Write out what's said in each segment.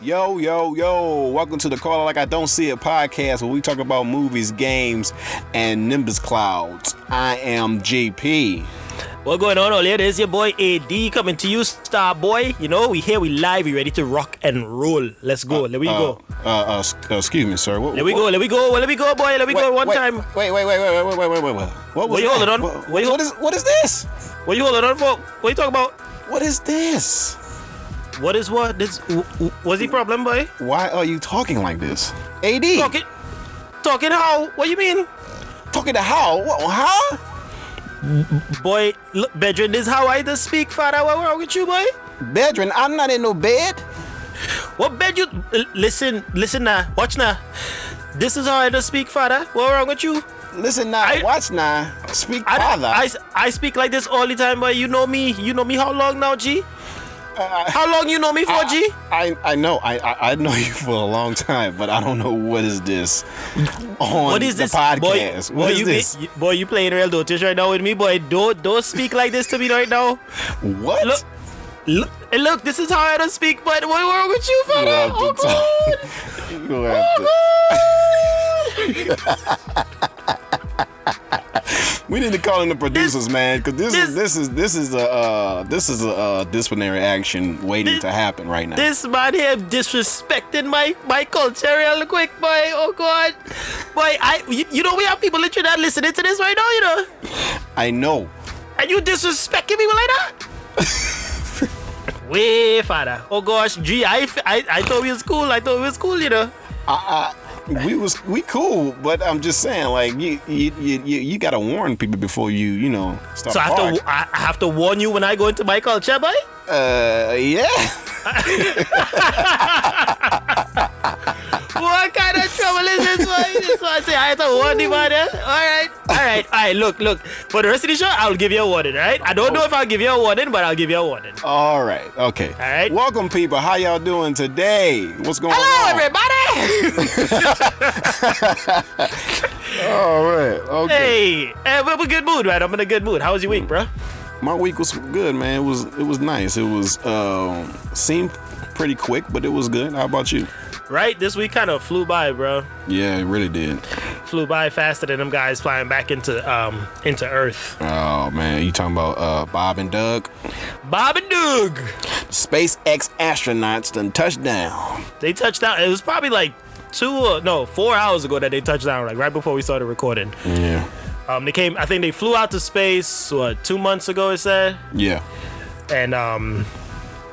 Yo, yo, yo. Welcome to the Call It Like I Don't See It podcast where we talk about movies, games, and Nimbus Clouds. I am GP. What's going on, all here? This is your boy AD coming to you, Star Boy. You know, we here, we live, we ready to rock and roll. Let's go. let we Uh, go. Uh, uh, s- uh, excuse me, sir. What, Let we go. Let we go. Let we go, boy. Let we go. One wait, time. Wait, wait, wait, wait, wait, wait, wait, wait, wait. What was What you that? holding on? What, What you what hold- is what is this? What you holding on for? What you talking about? What is this? What is what? This w- w- what's the problem, boy? Why are you talking like this? AD, Talking, talking how? What you mean, talking to how? What, huh? boy? Look, bedroom is how I just speak, father. What wrong with you, boy? Bedroom, I'm not in no bed. What bed you? l- Listen, listen now. Watch now. This is how I just speak, father. What wrong with you? Listen now, I- watch now, speak I, father. I, I speak like this all the time, but you know me. You know me how long now, G? how long you know me for, G? Uh, I, I know I, I I know you for a long time, but I don't know what is this on What is the this, boy? podcast. boy, what is you, this? you- boy, you playing real dotish right now with me, boy. Don't don't speak like this to me right now. what? Look, look, and look. This is how I don't speak, but what wrong with you, You fella? have to Oh, God. talk. You have to- We need to call in the producers, man, because this, is this- this is this is a uh, this is a uh, disciplinary action waiting This- to happen right now. This man here disrespecting my my culture real quick, boy. Oh God, boy. I you, you know we have people in Trinidad listening to this right now, you know. I know. And you disrespecting people like that? Way father. Oh gosh, gee, I, f- I, I thought we was cool. I thought we was cool, you know. I, I we was we cool, but I'm just saying, like you you you, you, you gotta warn people before you you know start. So I have barking. to I I have to warn you when I go into my culture, boy. Uh, yeah. What kind of trouble is this boy? This one say I have to warn you, man. eh? All right, all right, all right. Look, look. For the rest of the show, I'll give you a warning. All right. I don't know if I'll give you a warning, but I'll give you a warning. All right. Okay. All right. Welcome, people. How y'all doing today? What's going Hello, on? everybody. All right. Okay. hey, hey, we're in a good mood, right? I'm in a good mood. How was your week, bro? My week was good, man. It was it was nice. It was um seemed pretty quick, but it was good. How about you? Right. This week kind of flew by, bro. Yeah, it really did. flew by faster than them guys flying back into um into Earth. Oh man, you talking about uh Bob and Doug? Bob and Doug, SpaceX astronauts done touchdown. they touched down. It was probably like two or no four hours ago that they touched down, like right before we started recording. Yeah. Um, they came. I think they flew out to space what two months ago. It said, Yeah. and um,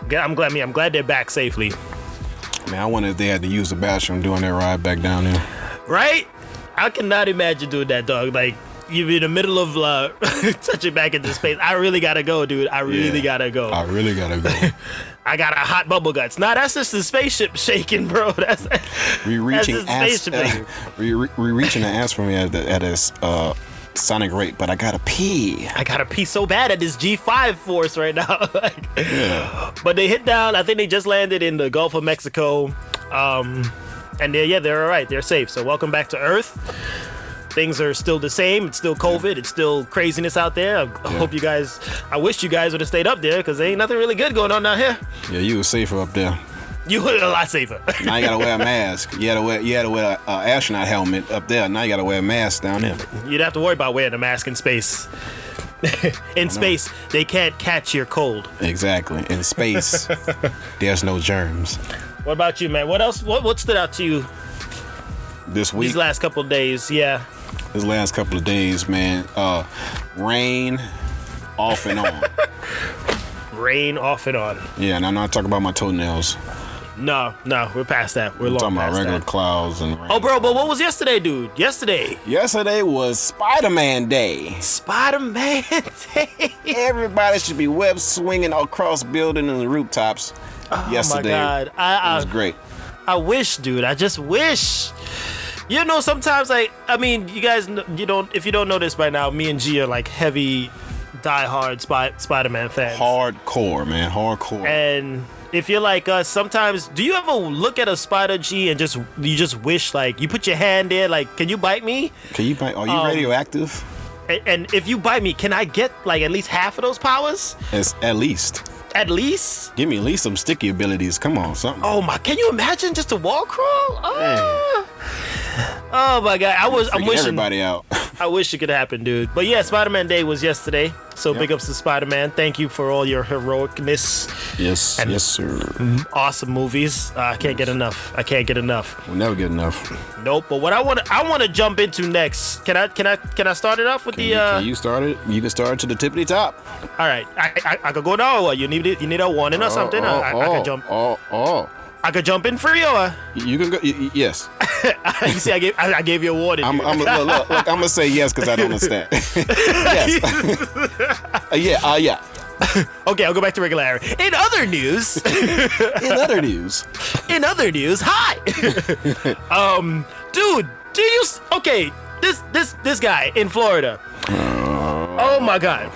g- I'm glad me. I'm glad they're back safely. Man, I wonder if they had to use the bathroom during that ride back down there. Right? I cannot imagine doing that, dog. Like. You're in the middle of uh, touching back into space. I really gotta go, dude. I really Yeah. gotta go. I really gotta go. I got a hot bubble guts. Nah, that's just the spaceship shaking, bro. That's We reaching That's ass. his face, Uh, we, re- we reaching an ass for me at the, at a uh, sonic rate, but I gotta pee. I gotta pee so bad at this G5 force right now. Like, But they hit down. I think they just landed in the Gulf of Mexico. Um, and they yeah, they're all right. They're safe. So welcome back to Earth. Things are still the same. It's still COVID. It's still craziness out there. I I Yeah. hope you guys. I wish you guys would have stayed up there because there ain't nothing really good going on out here. Yeah, you was safer up there. You were a lot safer. Now you gotta wear a mask. You had to wear you had to wear a, a astronaut helmet up there. Now you gotta wear a mask down there. You'd have to worry about wearing a mask in space. in space, they can't catch your cold. Exactly. In space, there's no germs. What about you, man? What else? What what stood out to you This week, these last couple of days? Yeah, this last couple of days, man, uh, rain off and on. rain off and on. yeah, and I'm not talking about my toenails. No, no, we're past that. We're I'm long talking about past regular that. clouds and rain. Oh, bro, but what was yesterday, dude? Yesterday, Yesterday was Spider-Man Day. Spider Man Day. Everybody should be web swinging across buildings and rooftops. Yesterday oh my God, I, I was great. I wish, dude. I just wish. You know, sometimes like I mean, you guys, kn- you don't. If you don't know this by now, me and G are like heavy, diehard Spy- Spider-Man fans. Hardcore, man. Hardcore. And if you're like us, sometimes do you ever look at a spider G and just you just wish like you put your hand there, like, can you bite me? Can you? Are you um, radioactive? A- And if you bite me, can I get like at least half of those powers? It's at least. at least. Give me at least some sticky abilities. Come on, something. Oh my! Can you imagine just a wall crawl? Ah. oh my god! I was. I'm Freaking wishing. everybody out. I wish it could happen, dude. But yeah, Spider Man Day was yesterday. So Yep. big ups to Spider Man. Thank you for all your heroicness. yes, And- yes, sir. Awesome movies. Uh, I can't get enough. I can't get enough. We'll never get enough. Nope. But what I want to I want to jump into next. Can I can I can I start it off with Can, the? Uh, you, can you start it? You can start to the tippity top. All right. I, I I could go now. Or what? You need it, you need a warning or something. Oh, I, oh, I, I oh, could jump. Oh, oh. I could jump in free or. You can go. y- y- Yes. you see, I gave I, I gave you a warning. I'm, dude. I'm, look, look, look, I'm gonna say yes because I don't understand. yes. Uh, yeah. Uh, yeah. okay, I'll go back to regularity. In other news. In other news, In other news, hi. um, dude, do you? s- Okay, this this this guy in Florida. Oh my God.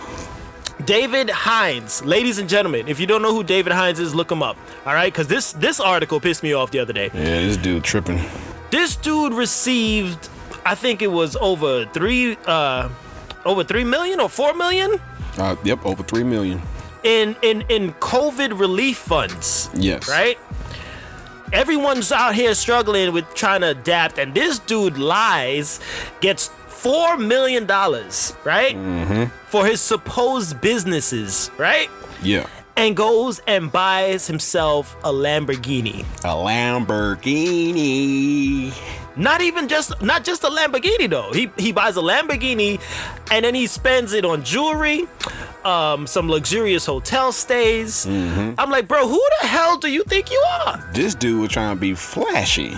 David Hines, ladies and gentlemen, if you don't know who David Hines is, look him up. All right, because this this article pissed me off the other day. yeah, this dude tripping. This dude received, I think it was over three, uh, over three million or four million Uh, yep, over three million. in in in COVID relief funds. Yes. right? Everyone's out here struggling with trying to adapt, and this dude lies, gets four million dollars, right? For his supposed businesses, right? Yeah. And goes and buys himself a Lamborghini. A Lamborghini. Not even just not just a Lamborghini though. He he buys a Lamborghini and then he spends it on jewelry, um, some luxurious hotel stays. I'm like, bro, who the hell do you think you are? This dude was trying to be flashy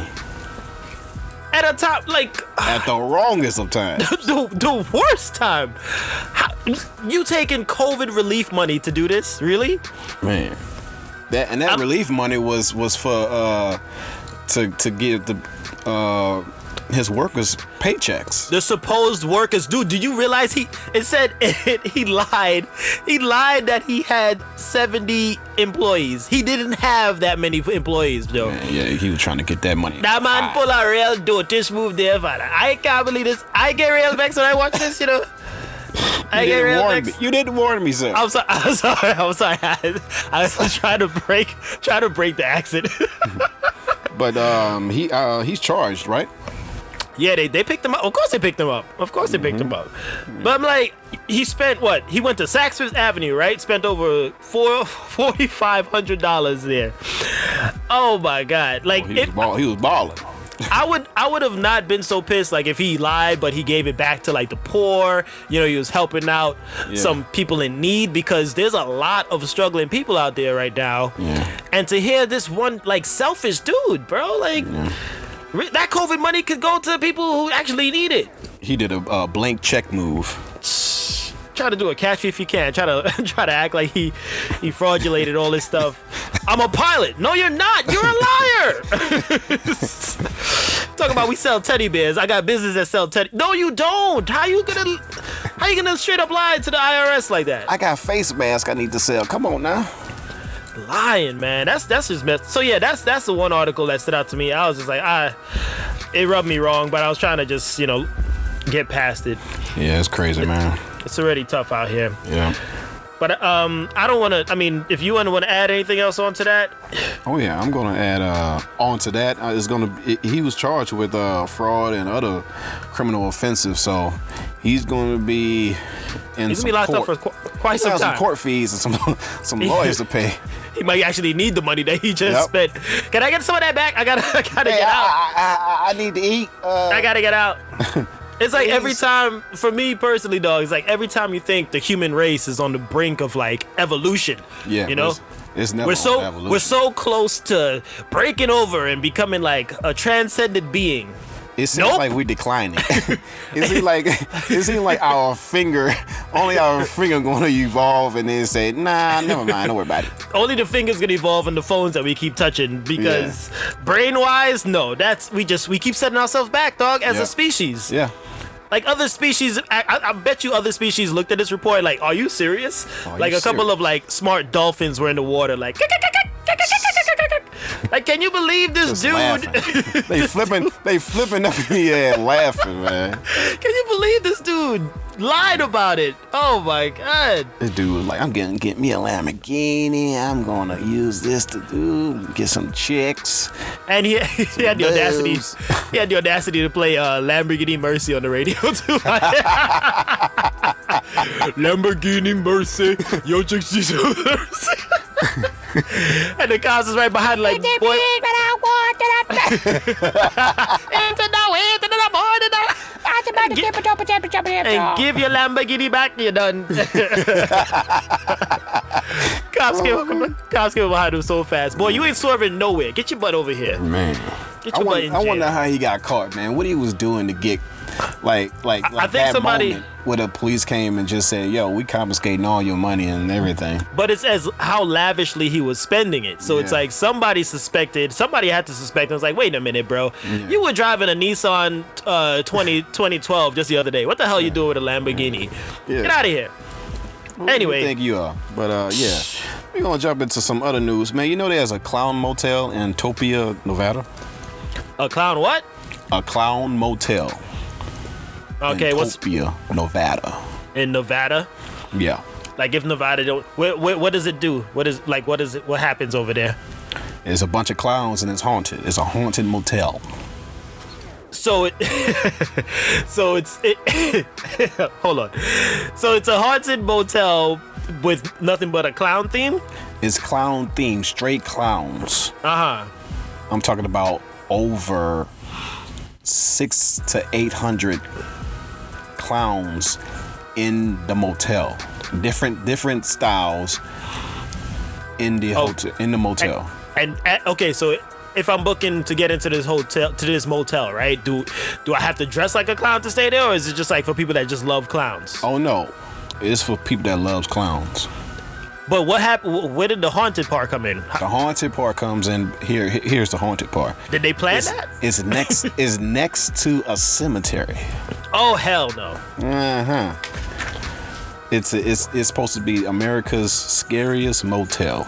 At a top like at the wrongest of times. the, the worst time. How, you taking COVID relief money to do this? Really? Man. That and that relief money was was for uh to to give the uh his workers paychecks. The supposed workers, dude. Do you realize he? It said he lied. He lied that he had seventy employees. He didn't have that many employees, though. Man, Ah. yeah, he was trying to get that money. That man pull a real dotish move there, father. I can't believe this. I get real vexed when I watch this, you know. I you get didn't real warn vexed. me. You didn't warn me, sir. I'm sorry. I'm sorry. I'm sorry. I, I was trying to break, trying to break the accent. But um he uh he's charged, right? Yeah, they, they picked him up. Of course they picked him up. Of course they picked him up. Mm-hmm. But I'm like, he spent what? He went to Saks Fifth Avenue, right? Spent over four forty five hundred dollars there. Oh my god! Like He was if ball he was balling. I would I would have not been so pissed like if he lied, but he gave it back to like the poor. You know, he was helping out Yeah. some people in need because there's a lot of struggling people out there right now. And to hear this one like selfish dude, bro, like re- that COVID money could go to people who actually need it. He did a uh, blank check move. Try to do a catch me if you can. Try to try to act like he he fraudulated all this stuff. I'm a pilot. No, you're not. You're a liar. Talking about we sell teddy bears. I got business that sell teddy. No, you don't. How you gonna how you gonna straight up lie to the IRS like that? I got face mask I need to sell. Come on now. lying, man. That's that's just messed. So yeah, that's that's the one article that stood out to me. I was just like, I it rubbed me wrong, but I was trying to just you know get past it. Yeah, it's crazy, man. It's already tough out here. Yeah. But um, I don't want to. I mean, if you want to add anything else onto that, Oh yeah, I'm gonna add uh, on to that. Uh, it's gonna it, he was charged with uh, fraud and other criminal offenses, so he's gonna be in he's some gonna be locked court, up for qu- quite He's gonna some have some time. court fees and some some lawyers to pay. He might actually need the money that he just Yep. spent. Can I get some of that back? I gotta, I gotta get out. I, I, I need to eat. Uh, I gotta get out. It's like every Please. time, for me personally, dog. It's like every time you think the human race is on the brink of like evolution. yeah, you know. it's, it's never we're on so evolution. we're so close to breaking over and becoming like a transcendent being. It seems Nope. like we declining. it seems like it seems like our finger, only our finger, going to evolve and then say, Nah, never mind, don't worry about it. Only the fingers gonna evolve and the phones that we keep touching because brain wise, no, that's we just we keep setting ourselves back, dog, as Yeah. a species. Yeah, Like other species, I, I, I bet you other species looked at this report like, are you serious? Are like you a couple serious? of like smart dolphins were in the water, like, like can you believe this Just dude? laughing. they flipping, they flipping up in the air, laughing, man. Can you believe this dude lied about it. Oh my god. This dude was like, I'm gonna get me a Lamborghini. I'm gonna use this to do get some chicks. And he, he had the audacity. Boobs. He had the audacity to play uh, Lamborghini Mercy on the radio too. Lamborghini Mercy, yo chick she's a mercy. and the cops is right behind, like, boy. and give your Lamborghini back, you're done. cops, came, cops came behind him so fast. Boy, you ain't swerving nowhere. Get your butt over here. Man, Get I your butt wonder, in I wonder jail. how he got caught, man. What he was doing to get like like, like think that somebody- moment where the police came and just said, "Yo, we confiscating all your money and everything." But it's as how lavishly he was spending it. So it's Yeah. like somebody suspected, somebody had to suspect. I was like, wait a minute, bro. You were driving a Nissan uh, 20, 2012 just the other day. What the hell you doing with a Lamborghini? Yeah. Get out of here. Anyway. you think you are, but uh, yeah, we're gonna jump into some other news, man. You know, there's a clown motel in Topia, Nevada. A clown what? A clown motel. Okay, in what's Topia, Nevada? in Nevada? Yeah, Like if Nevada don't, what, what, what does it do? What is like what is it? What happens over there? there's a bunch of clowns and it's haunted. It's a haunted motel. So it, so it's it. hold on. So it's a haunted motel with nothing but a clown theme. It's clown themed, straight clowns. Uh huh. I'm talking about over six to eight hundred clowns in the motel. Different different styles in the hotel in the motel. And and- okay, so if I'm booking to get into this hotel to this motel, right? Do do I have to dress like a clown to stay there, or is it just like for people that just love clowns? Oh no. It's for people that loves clowns. But what happened? Where did the haunted part come in? How- The haunted part comes in here he- here's the haunted part. Did they plan It's, that? it's next is next to a cemetery. Oh hell no! Uh-huh. It's it's it's supposed to be America's scariest motel.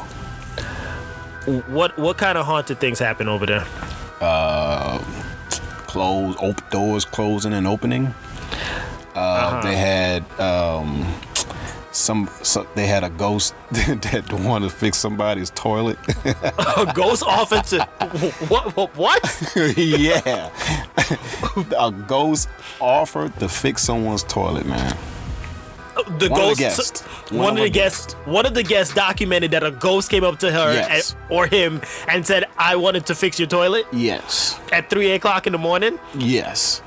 What what kind of haunted things happen over there? close op- doors closing and opening. Uh, Uh-huh. They had um, some, so- They had a ghost that wanted to fix somebody's toilet. A ghost offensive? What what? what? yeah, a ghost offered to fix someone's toilet, man. The One of the ghost. guests. One, of the guests. One of the guests documented that a ghost came up to her Yes. and, or him and said, "I wanted to fix your toilet." Yes, At three o'clock in the morning, yes,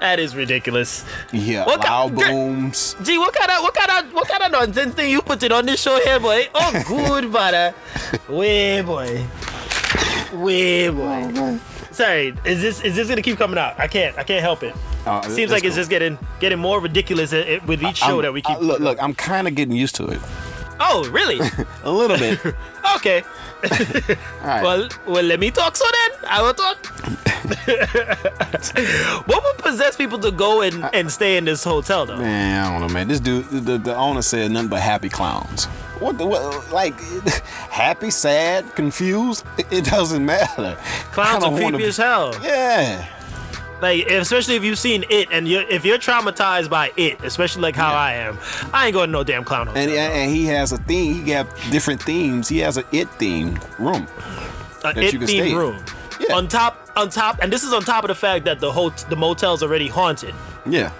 that is ridiculous. yeah. What ki- Loud Dr- booms. Gee, what kind of what kind of what kind of nonsense thing you putting on this show here, boy? Oh, good, brother. Way, boy. Way, boy. Sorry, is this is this gonna keep coming out? I can't I can't help it. Uh, that's Seems like it's cool. just getting getting more ridiculous i- i- with each show I'm- that we I- keep. look, look. I'm kind of getting used to it Oh, really? a little bit. okay. All right. Well, well, let me talk so then. I will talk. what would possess people to go and, and stay in this hotel though? Man, I don't know, man. This dude, the, the owner said nothing but happy clowns. What the, what, like, happy, sad, confused? It, it doesn't matter. I Clowns don't are wanna creepy be- as hell. Yeah. Like, especially if you've seen it, and you're, if you're traumatized by it, especially like how I am, I ain't going to no damn clown hotel. And, and, and he has a theme. He got different themes. He has an it theme room. An that you can stay themed in. room. Yeah. On top, on top, and this is on top of the fact that the whole the motel's already haunted Yeah.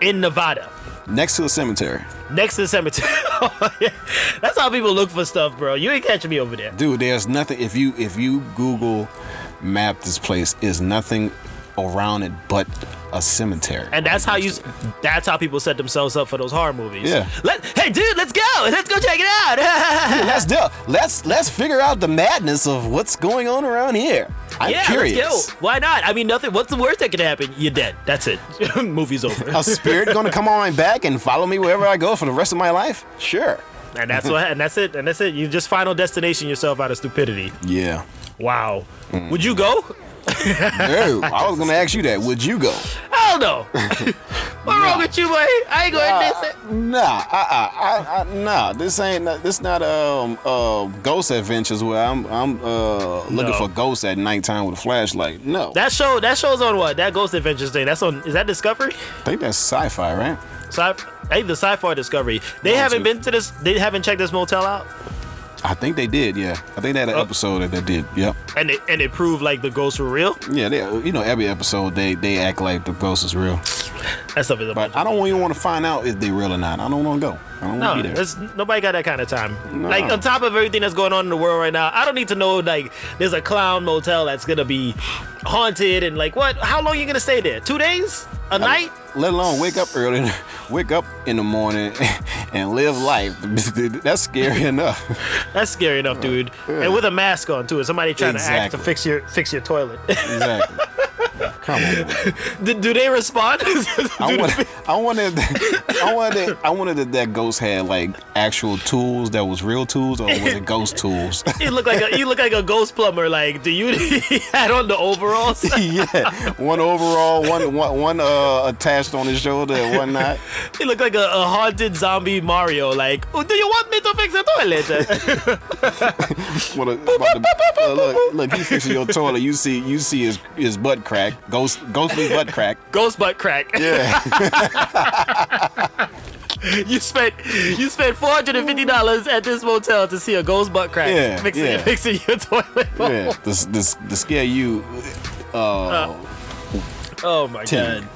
in Nevada, Next to the cemetery. next to the cemetery. That's how people look for stuff, bro. You ain't catching me over there. Dude, there's nothing. If you if you Google map this place, is nothing around it but a cemetery. And that's how you. That's how people set themselves up for those horror movies. Yeah. Let hey dude, let's go. Let's go check it out. let's do. Let's let's figure out the madness of what's going on around here. I'm yeah, curious. let's go. Why not? I mean, nothing. What's the worst that could happen? You're dead. That's it. Movie's over. a spirit gonna come on my back and follow me wherever I go for the rest of my life? Sure. and that's what. And that's it. And that's it. You just final destination yourself out of stupidity. Yeah. Wow. Would you go? Oh, No, I was gonna ask you that. Would you go? Hell no. What's wrong with you, boy? I ain't going to Uh, diss it. Nah, I, I, I, I, nah. This ain't this not um uh ghost adventures where I'm I'm uh looking No. for ghosts at nighttime with a flashlight. No, That show, that show's on what? That Ghost Adventures thing. That's on. Is that Discovery? I think that's sci-fi, right? Sci, either Sci-Fi or Discovery. They One, haven't two. been to this. They haven't checked this motel out, I think they did. Yeah, I think they had an Oh. episode that they did. Yep. and it and it proved like the ghosts were real. Yeah, they, you know every episode they they act like the ghost is real, That stuff is a but I don't even want to find out if they real or not. I don't want to go. I don't No, want to be there. there's nobody got that kind of time. No. Like on top of everything that's going on in the world right now, I don't need to know like there's a clown motel that's gonna be haunted and like what? How long you gonna stay there? Two days? A night? Let alone wake up early, wake up in the morning, and live life. That's scary enough. That's scary enough, dude. And with a mask on too. and Somebody trying to act to Exactly. fix your fix your toilet. Exactly. Come on. man. do, do they respond? I wanted, I wanted, I wanted, I wanted that, that ghost had like actual tools that was real tools or was it ghost tools? you look like a you look like a ghost plumber. Like, do you had on the overalls? yeah, one overall, one one one uh, attached on his shoulder and whatnot. you look like a, a haunted zombie Mario. Like, oh, do you want me to fix the toilet? What a, about the, uh, look, look, he fixing your toilet. You see, you see his his butt crack, ghost ghostly butt crack. ghost butt crack. Yeah, You spent you spent four hundred and fifty dollars at this motel to see a ghost butt crack Yeah, fixing yeah. fixing your toilet. yeah. This this to scare you. Uh, Oh my Ten. god.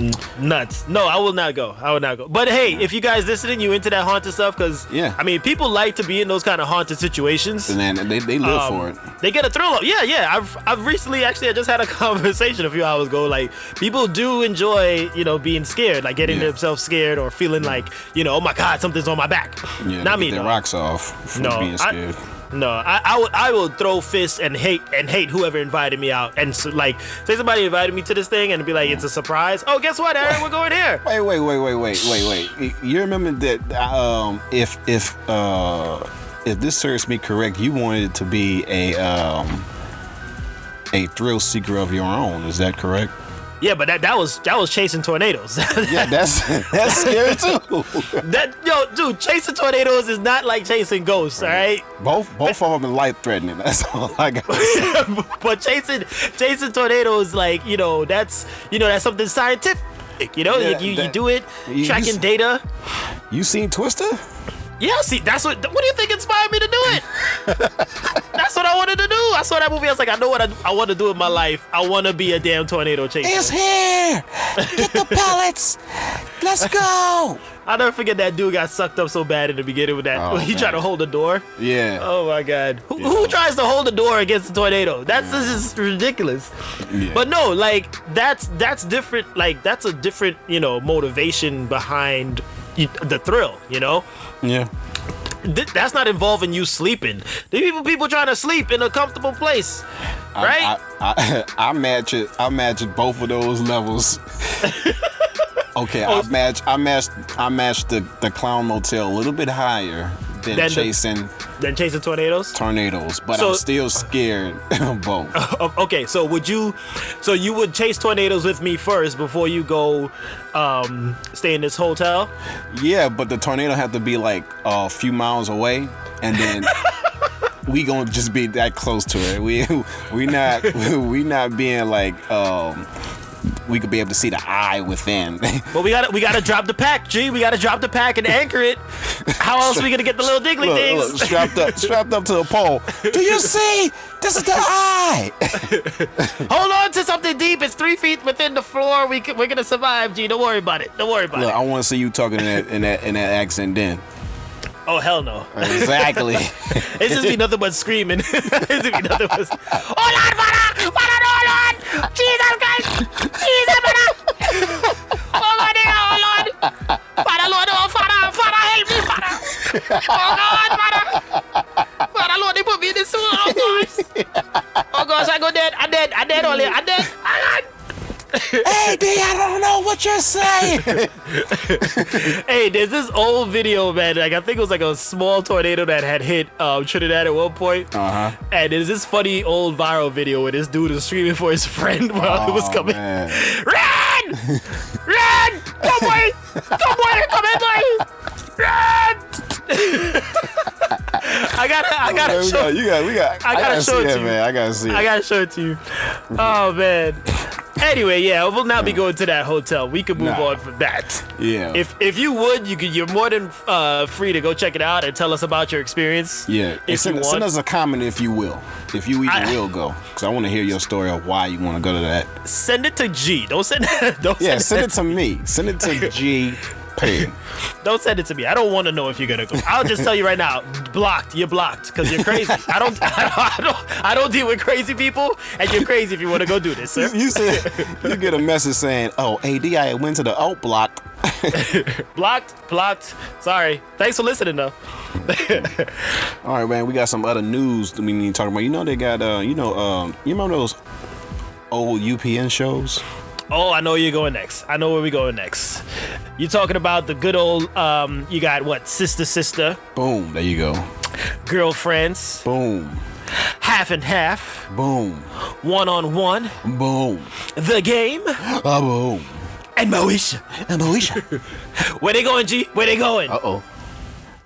N- Nuts. No, I will not go. I will not go. But hey, if you guys listening, you into that haunted stuff, because Yeah. I mean, people like to be in those kind of haunted situations. and then they they live Um, for it. They get a thrill. out- Yeah, yeah. I've I've recently actually I just had a conversation a few hours ago. Like people do enjoy you know being scared, like getting Yeah. themselves scared or feeling like you know oh my god something's on my back. Yeah, not they me. get their though. rocks off from No, being I- scared. No, I, I will I will throw fists and hate and hate whoever invited me out and so, like say somebody invited me to this thing and be like it's a surprise. Oh, guess what, Aaron? We're going here. Wait, wait, wait, wait, wait, wait, wait. You remember that um, if if uh, if this serves me correct, you wanted it to be a um, a thrill seeker of your own. Is that correct? Yeah, but that that was that was chasing tornadoes. Yeah, that's that's scary too. that yo, dude, chasing tornadoes is not like chasing ghosts. All right. both both of them are life threatening. That's all I got. but chasing chasing tornadoes like you know that's you know that's something scientific you know Yeah, Like, you, you that- do it you- you tracking s- data You seen Twister? yeah see that's what what do you think inspired me to do it that's what i wanted to do i saw that movie i was like i know what i, I want to do with my life i want to be a damn tornado chaser It's here. Get the pellets. Let's go. i'll never forget that dude got sucked up so bad in the beginning with that Oh, when he tried to man. hold the door Yeah. Oh my God! Who, who tries to hold the door against a tornado? That's this is ridiculous. Yeah. But no, like that's that's different. Like that's a different you know motivation behind y- the thrill. You know, yeah. Th- that's not involving you sleeping. The people people trying to sleep in a comfortable place, right? I, I, I, I match it. I match it both of those levels. okay, Oh, I match. I match. I match the the clown motel a little bit higher than Than the- chasing then chasing tornadoes. tornadoes, but So- I'm still scared of both. O- okay, so would you? So you would chase tornadoes with me first before you go um, stay in this hotel? yeah, but the tornado have to be like a few miles away, and then. We gonna just be that close to it. We we not we not being like um we could be able to see the eye within. But we gotta we gotta drop the pack, G. We gotta drop the pack and anchor it. How else we gonna get the little diggly Look, things? look, strapped up, strapped up to a pole. Do you see? This is the eye. Hold on to something deep. It's three feet within the floor. We can, we're gonna survive, G. Don't worry about it. Don't worry about Look, it. I want to see you talking in that in that in that accent. Then Oh hell no! exactly. It's just be nothing but screaming. it's just be nothing but. Oh Lord, Father, Father, oh Lord, Jesus Christ, Jesus Father, oh Lord, oh Lord, Father, Lord, oh Father, Father, help me, Father, oh God, Father, Father, Lord, they put me in this sewer, oh gosh, oh gosh, I go dead, I dead, I dead, only, I dead, I God. hey, D, I don't know what you're saying. Hey, there's this old video, man. Like I think it was like a small tornado that had hit um, Trinidad at one point. Uh huh. And there's this funny old viral video where this dude is screaming for his friend while it was coming. Run! Run! Somebody come in, please! I gotta, I Yeah, gotta we show, got, you got, we got. I gotta gotta see show it that, to you. man. I gotta see it. I gotta show it to you. Oh man. Anyway, yeah, we'll not be going to that hotel. We can move Nah. on from that. yeah. If if you would, you could, you're more than uh, free to go check it out and tell us about your experience. yeah. And if send, you send want. us a comment if you will, if you even I- will go, because I want to hear your story of why you want to go to that. send it to G. Don't send don't Yeah, send, send it to me. Send it to G. Payne. don't send it to me. I don't want to know if you're gonna go. I'll just tell you right now, blocked. You're blocked because you're crazy. I don't, I don't, I don't, I don't deal with crazy people, and you're crazy if you want to go do this, sir. You said you get a message saying, "Oh, AD, I went to the out block." blocked, blocked. Sorry. Thanks for listening though. All right, man. We got some other news that we need to talk about. You know they got, uh, you know, um, you remember those old UPN shows? Oh, I know where you're going next. I know where we're going next. You're talking about the good old, um, you got what? Sister, sister, Boom. There you go. girlfriends, Boom. half and half, Boom. one on one, Boom. the game, Ah, boom. and Moesha. And Alicia. Where they going, G? Where they going? Uh oh.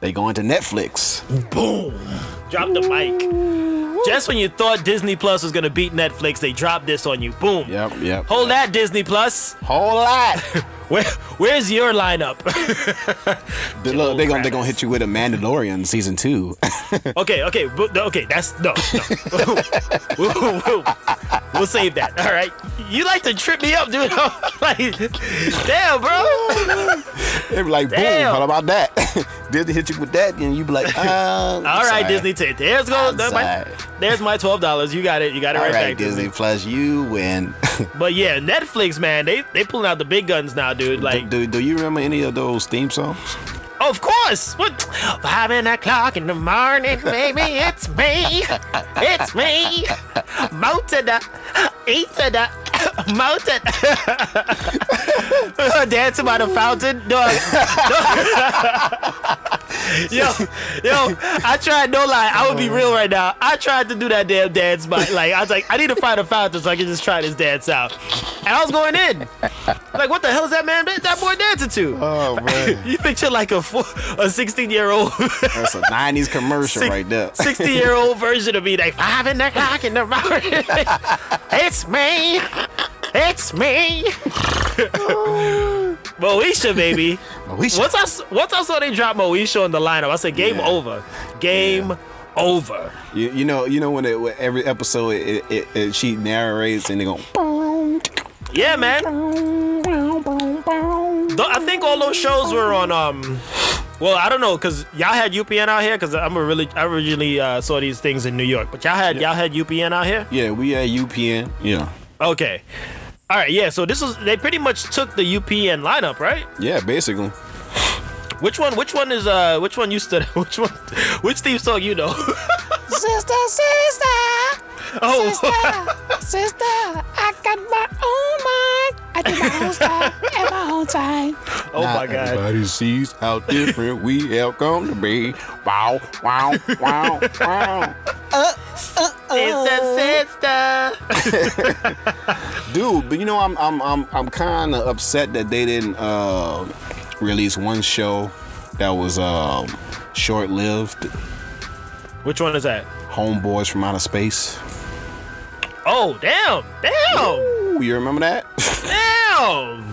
They going to Netflix. Boom. Drop the mic. Just when you thought Disney Plus was gonna beat Netflix, they dropped this on you. Boom. Yep, yep. Hold that, Disney Plus. Whole lot. Where, where's your lineup? they, look, they gonna they gonna hit you with a Mandalorian season two. Okay, okay, but, no, okay. That's no. no. we'll, we'll- we'll- we'll save that. All right. You like to trip me up, dude. like, damn, bro. they be like, boom. Damn. How about that? Disney hit you with that, and you be like, uh, All right, Disney. T- there's go. I'm There's my, sorry. there's my twelve dollars. You got it. You got it All right, right, back. Disney Plus, you win. But yeah, Netflix, man, they they pulling out the big guns now, dude. Like, do, do you remember any of those theme songs? of course. What? Five in the clock in the morning, baby. It's me. It's me. Motada. Eatada. Motada. Dancing by the fountain. No. no. yo, yo, I tried, no lie. I would be real right now. I tried to do that damn dance by, like, I was like, I need to find a fountain so I can just try this dance out. And I was going in. Like, what the hell is that man, that boy dancing to? Oh man, You picture like a four, a 16 year old, that's a '90s commercial right there. 16 year old version of me, like five in the clock in the morning. it's me, it's me. Moesha, baby. Moesha. Once I s- once I saw they drop Moesha on the lineup, I said, "Game Yeah. over, game over." You, you know, you know when, it, when every episode it, it, it, she narrates and they go. Yeah, man. Th- I think all those shows were on. Um, well, I don't know, cause y'all had UPN out here, cause I'm a really I originally uh, saw these things in New York, but y'all had y'all had UPN out here. Yeah, we at UPN. Yeah, Okay. All right, yeah. So this was they pretty much took the UPN lineup, right? yeah, basically. Which one? Which one is uh? Which one you stood? Which one? Which theme song you know? Sister, sister, Oh, sister, sister, I got my own mind. I do my own stuff at my own time. oh my god. Everybody sees how different we have come to be. Wow, wow, wow, wow. It's Oh. the sister. Dude, but you know I'm I'm I'm I'm kind of upset that they didn't uh, release one show that was um, short-lived. Which one is that? Homeboys from Outer Space. Oh damn! Damn! Ooh, you remember that? Damn!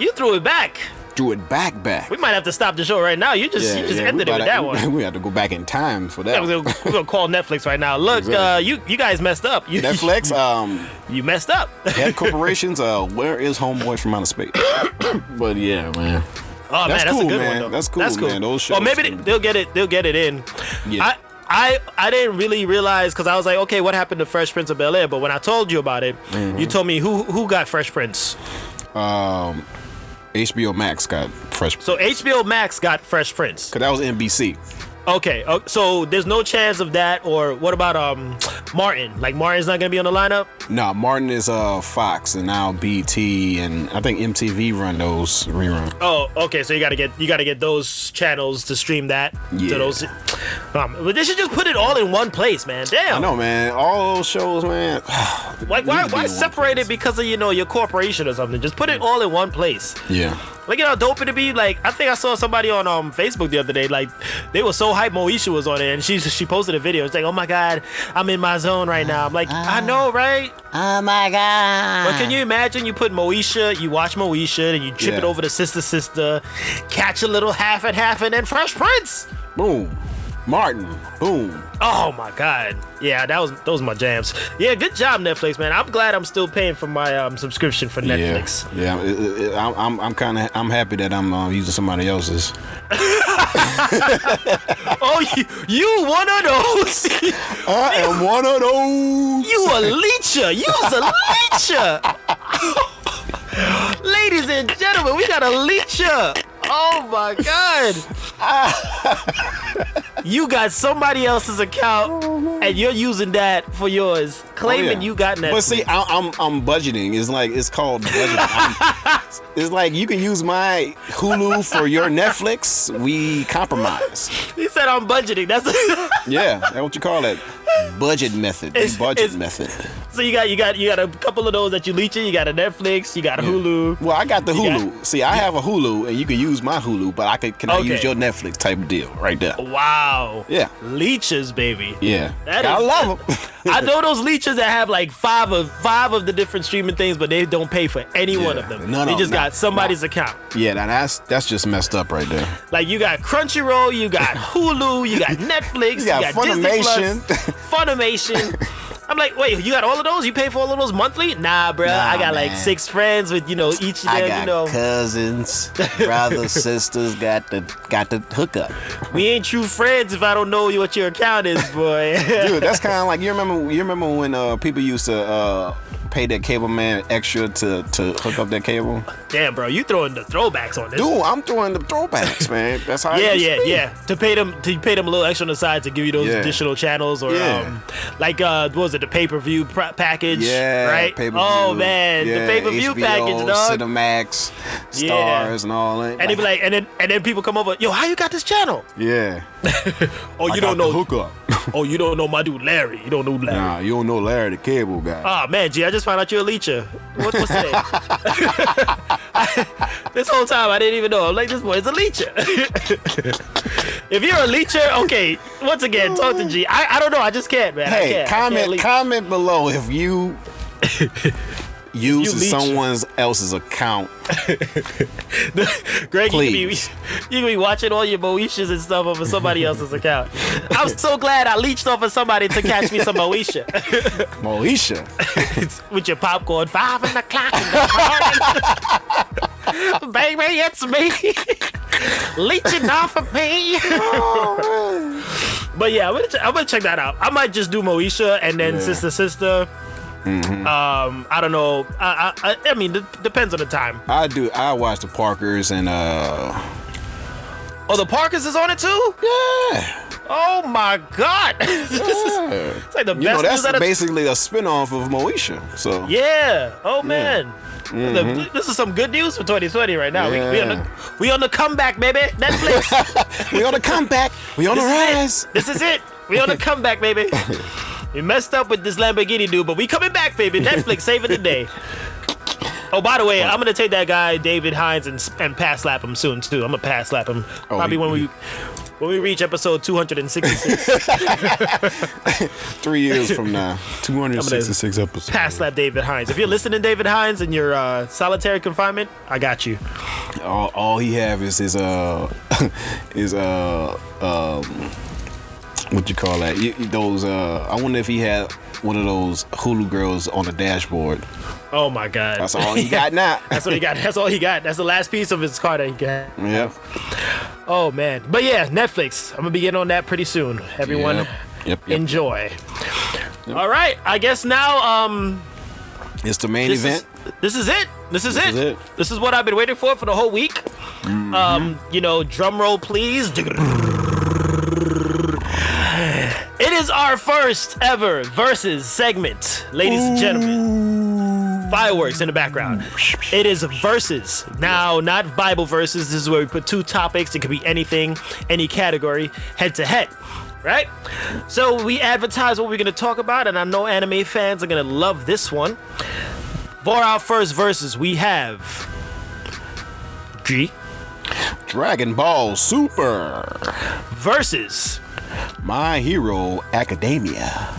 You threw it back. Drew it back, back. We might have to stop the show right now. You just you just ended it about with that one. We have to go back in time for Yeah, that. We're gonna, we're gonna call Netflix right now. Look, uh, you you guys messed up. You, Netflix, um, You messed up. head corporations. Uh, where is Homeboys from Outer Space? but yeah, man. That's Oh man, that's cool, a good man. one though. That's cool, man. Those Or shows maybe can- they, will get it. They'll get it in. Yeah. I. I, I didn't really realize because I was like, okay, what happened to Fresh Prince of Bel Air? But when I told you about it, Mm-hmm. you told me who who got Fresh Prince. Um, HBO Max got Fresh. So HBO Max got Fresh Prince. Cause that was NBC. Okay, uh, so there's no chance of that. Or what about um Martin? Like Martin's not gonna be on the lineup. Nah, Martin is uh Fox and now BT and I think MTV run those rerun. Oh, okay. So you gotta get you gotta get those channels to stream that. Yeah. To those, um, but they should just put it all in one place, man. Damn. No man, all those shows, man. Like need why to be why in one separate it place. because of you know your corporation or something? Just put it all in one place. Yeah. Look at how dope it'd be. Like, I think I saw somebody on um Facebook the other day. Like, they were so hyped Moesha was on it, and she she posted a video. It's like, oh my god, I'm in my zone right now. I'm like, Uh, I know, right? Oh my god. But can you imagine you put Moesha, you watch Moesha, and you chip Yeah. it over to Sister Sister, catch a little half and half, and then Fresh Prince. Boom. Martin. Boom. Oh my god. Yeah, that was those are my jams. Yeah, good job Netflix, man. I'm glad I'm still paying for my um, subscription for Netflix. Yeah. Yeah. it- it- it- I'm, I'm, I'm kind of I'm happy that I'm uh, using somebody else's. Oh, you, you one of those. I am one of those. you a leecher. You was a leecher. Ladies and gentlemen, we got a leecher. Oh my god. you got somebody else's account and you're using that for yours, claiming Oh, yeah. you got Netflix. But see, I, I'm I'm budgeting. It's like it's called budgeting. I'm- it's like you can use my Hulu for your Netflix. We compromise. he said I'm budgeting. That's Yeah, that's what you call it. Budget method. It's- budget it's- method. So you got you got you got a couple of those that you leech in. You got a Netflix. You got a Hulu. Well, I got the got- Hulu. See, I have a Hulu, and you can use my Hulu, but I could can I Okay. use your Netflix type of deal right there? Wow. Yeah. Leeches, baby. Yeah, That I is- love them. I know those leeches that have like five of five of the different streaming things, but they don't pay for any one Yeah. of them. No, they no, just no, got somebody's account. yeah, now that's that's just messed up right there. Like you got Crunchyroll, you got Hulu, you got Netflix, you got got, Disney Funimation. Plus, Funimation. I'm like, wait, you got all of those? You pay for all of those monthly? Nah, bruh. Nah, I got like man. six friends with you know each of them. I got you know, cousins, brothers, sisters got the got the hookup. we ain't true friends if I don't know what your account is, boy. Dude, that's kind of like you remember. You remember when uh, people used to uh, pay their cable man extra to to hook up their cable. Damn, bro, you throwing the throwbacks on this. Dude, I'm throwing the throwbacks, man. That's how. it Yeah, used to yeah, be. yeah. To pay them, to pay them a little extra on the side to give you those Yeah. additional channels or, Yeah. um, like, uh, what was it, the pay per view pr- package? Yeah, right. pay-per-view. Oh man, Yeah, the pay per view HBO, package, dog. Cinemax, stars, Yeah. and all that. and they be like, and then and then people come over. Yo, how you got this channel? yeah, Oh, I you got don't the know. hookup. Oh, you don't know my dude Larry. You don't know Larry. nah, you don't know Larry the Cable Guy. Oh man, G, I just found out you're a leecher. What, what's that? this whole time I didn't even know. I'm like, this boy is a leecher. if you're a leecher, okay. Once again, talk to G. I, I don't know. I just can't, man. I hey, can't. I can't comment leech. comment below if you uses leech. someone else's account. Greg, you could, be, please. you could be watching all your Moesha's and stuff over somebody else's account. I'm so glad I leeched off of somebody to catch me some Moesha Moesha. with your popcorn. Five in the clock in the morning. Baby, it's me. leeching off of me. But yeah, I'm gonna, ch- I'm gonna check that out. I might just do Moesha and then Yeah. Mm-hmm. Sister Sister. Um, I don't know. I I, I, I mean, d- depends on the time. I do. I watch the Parkers and uh. Oh, the Parkers is on it too. Yeah. Uh, Oh my God! this is it's like the You know best news that's out of basically a spinoff of Moesha. So yeah. Oh man. The- This is some good news for 2020 right now. We, we, on the, Mm-hmm. Yeah. we on the comeback, baby. Netflix. we on the comeback. We on the this, is rise. it. this is it. We on the comeback, baby. We messed up with this Lamborghini dude, but we coming back, baby. Netflix saving the day. Oh, by the way, I'm gonna take that guy David Hines and and pass slap him soon too. I'm gonna pass slap him Oh, probably he- when we he- when we reach episode 266. Three years from now, 266 episodes. pass slap David Hines. If you're listening, David Hines, and you're uh, solitary confinement, I got you. All, all he have is his uh, is uh, um, what you call that? You, you- those uh, I wonder if he had one of those Hulu girls on the dashboard. Oh my God. That's all he got now. That's what he got. That's all he got. That's the last piece of his car that he got. yeah. Oh man. But yeah, Netflix. I'm gonna be getting on that pretty soon. Everyone, Yep. Yep. yep. enjoy. All right. I guess now. Um. it's the main This event. Is, this is it. This is it. is it. This is what I've been waiting for for the whole week. Um, you know, drum roll, please. It is our first ever versus segment, ladies and gentlemen. Fireworks in the background. It is versus. Now, not Bible verses. This is where we put two topics. It could be anything, any category, head to head. Right? So we advertise what we're gonna talk about, and I know anime fans are gonna love this one. For our first verses, we have G Dragon Ball Super, versus My Hero Academia.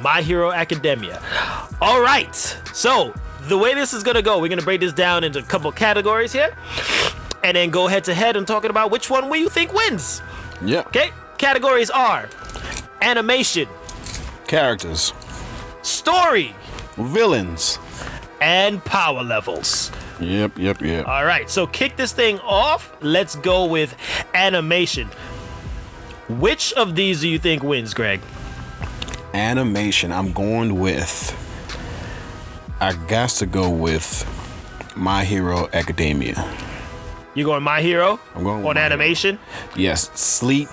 My Hero Academia. All right. So, the way this is going to go, we're going to break this down into a couple categories here and then go head to head and talking about which one we you think wins. Yeah. Okay? Categories are animation, Characters, story, villains. and power levels. Yep, yep, yep. All right. So, kick this thing off. Let's go with animation. Which of these do you think wins, Greg? Animation, I'm going with. I got to go with My Hero Academia. You going My Hero? I'm going with on My Hero. animation. Yes, sleet,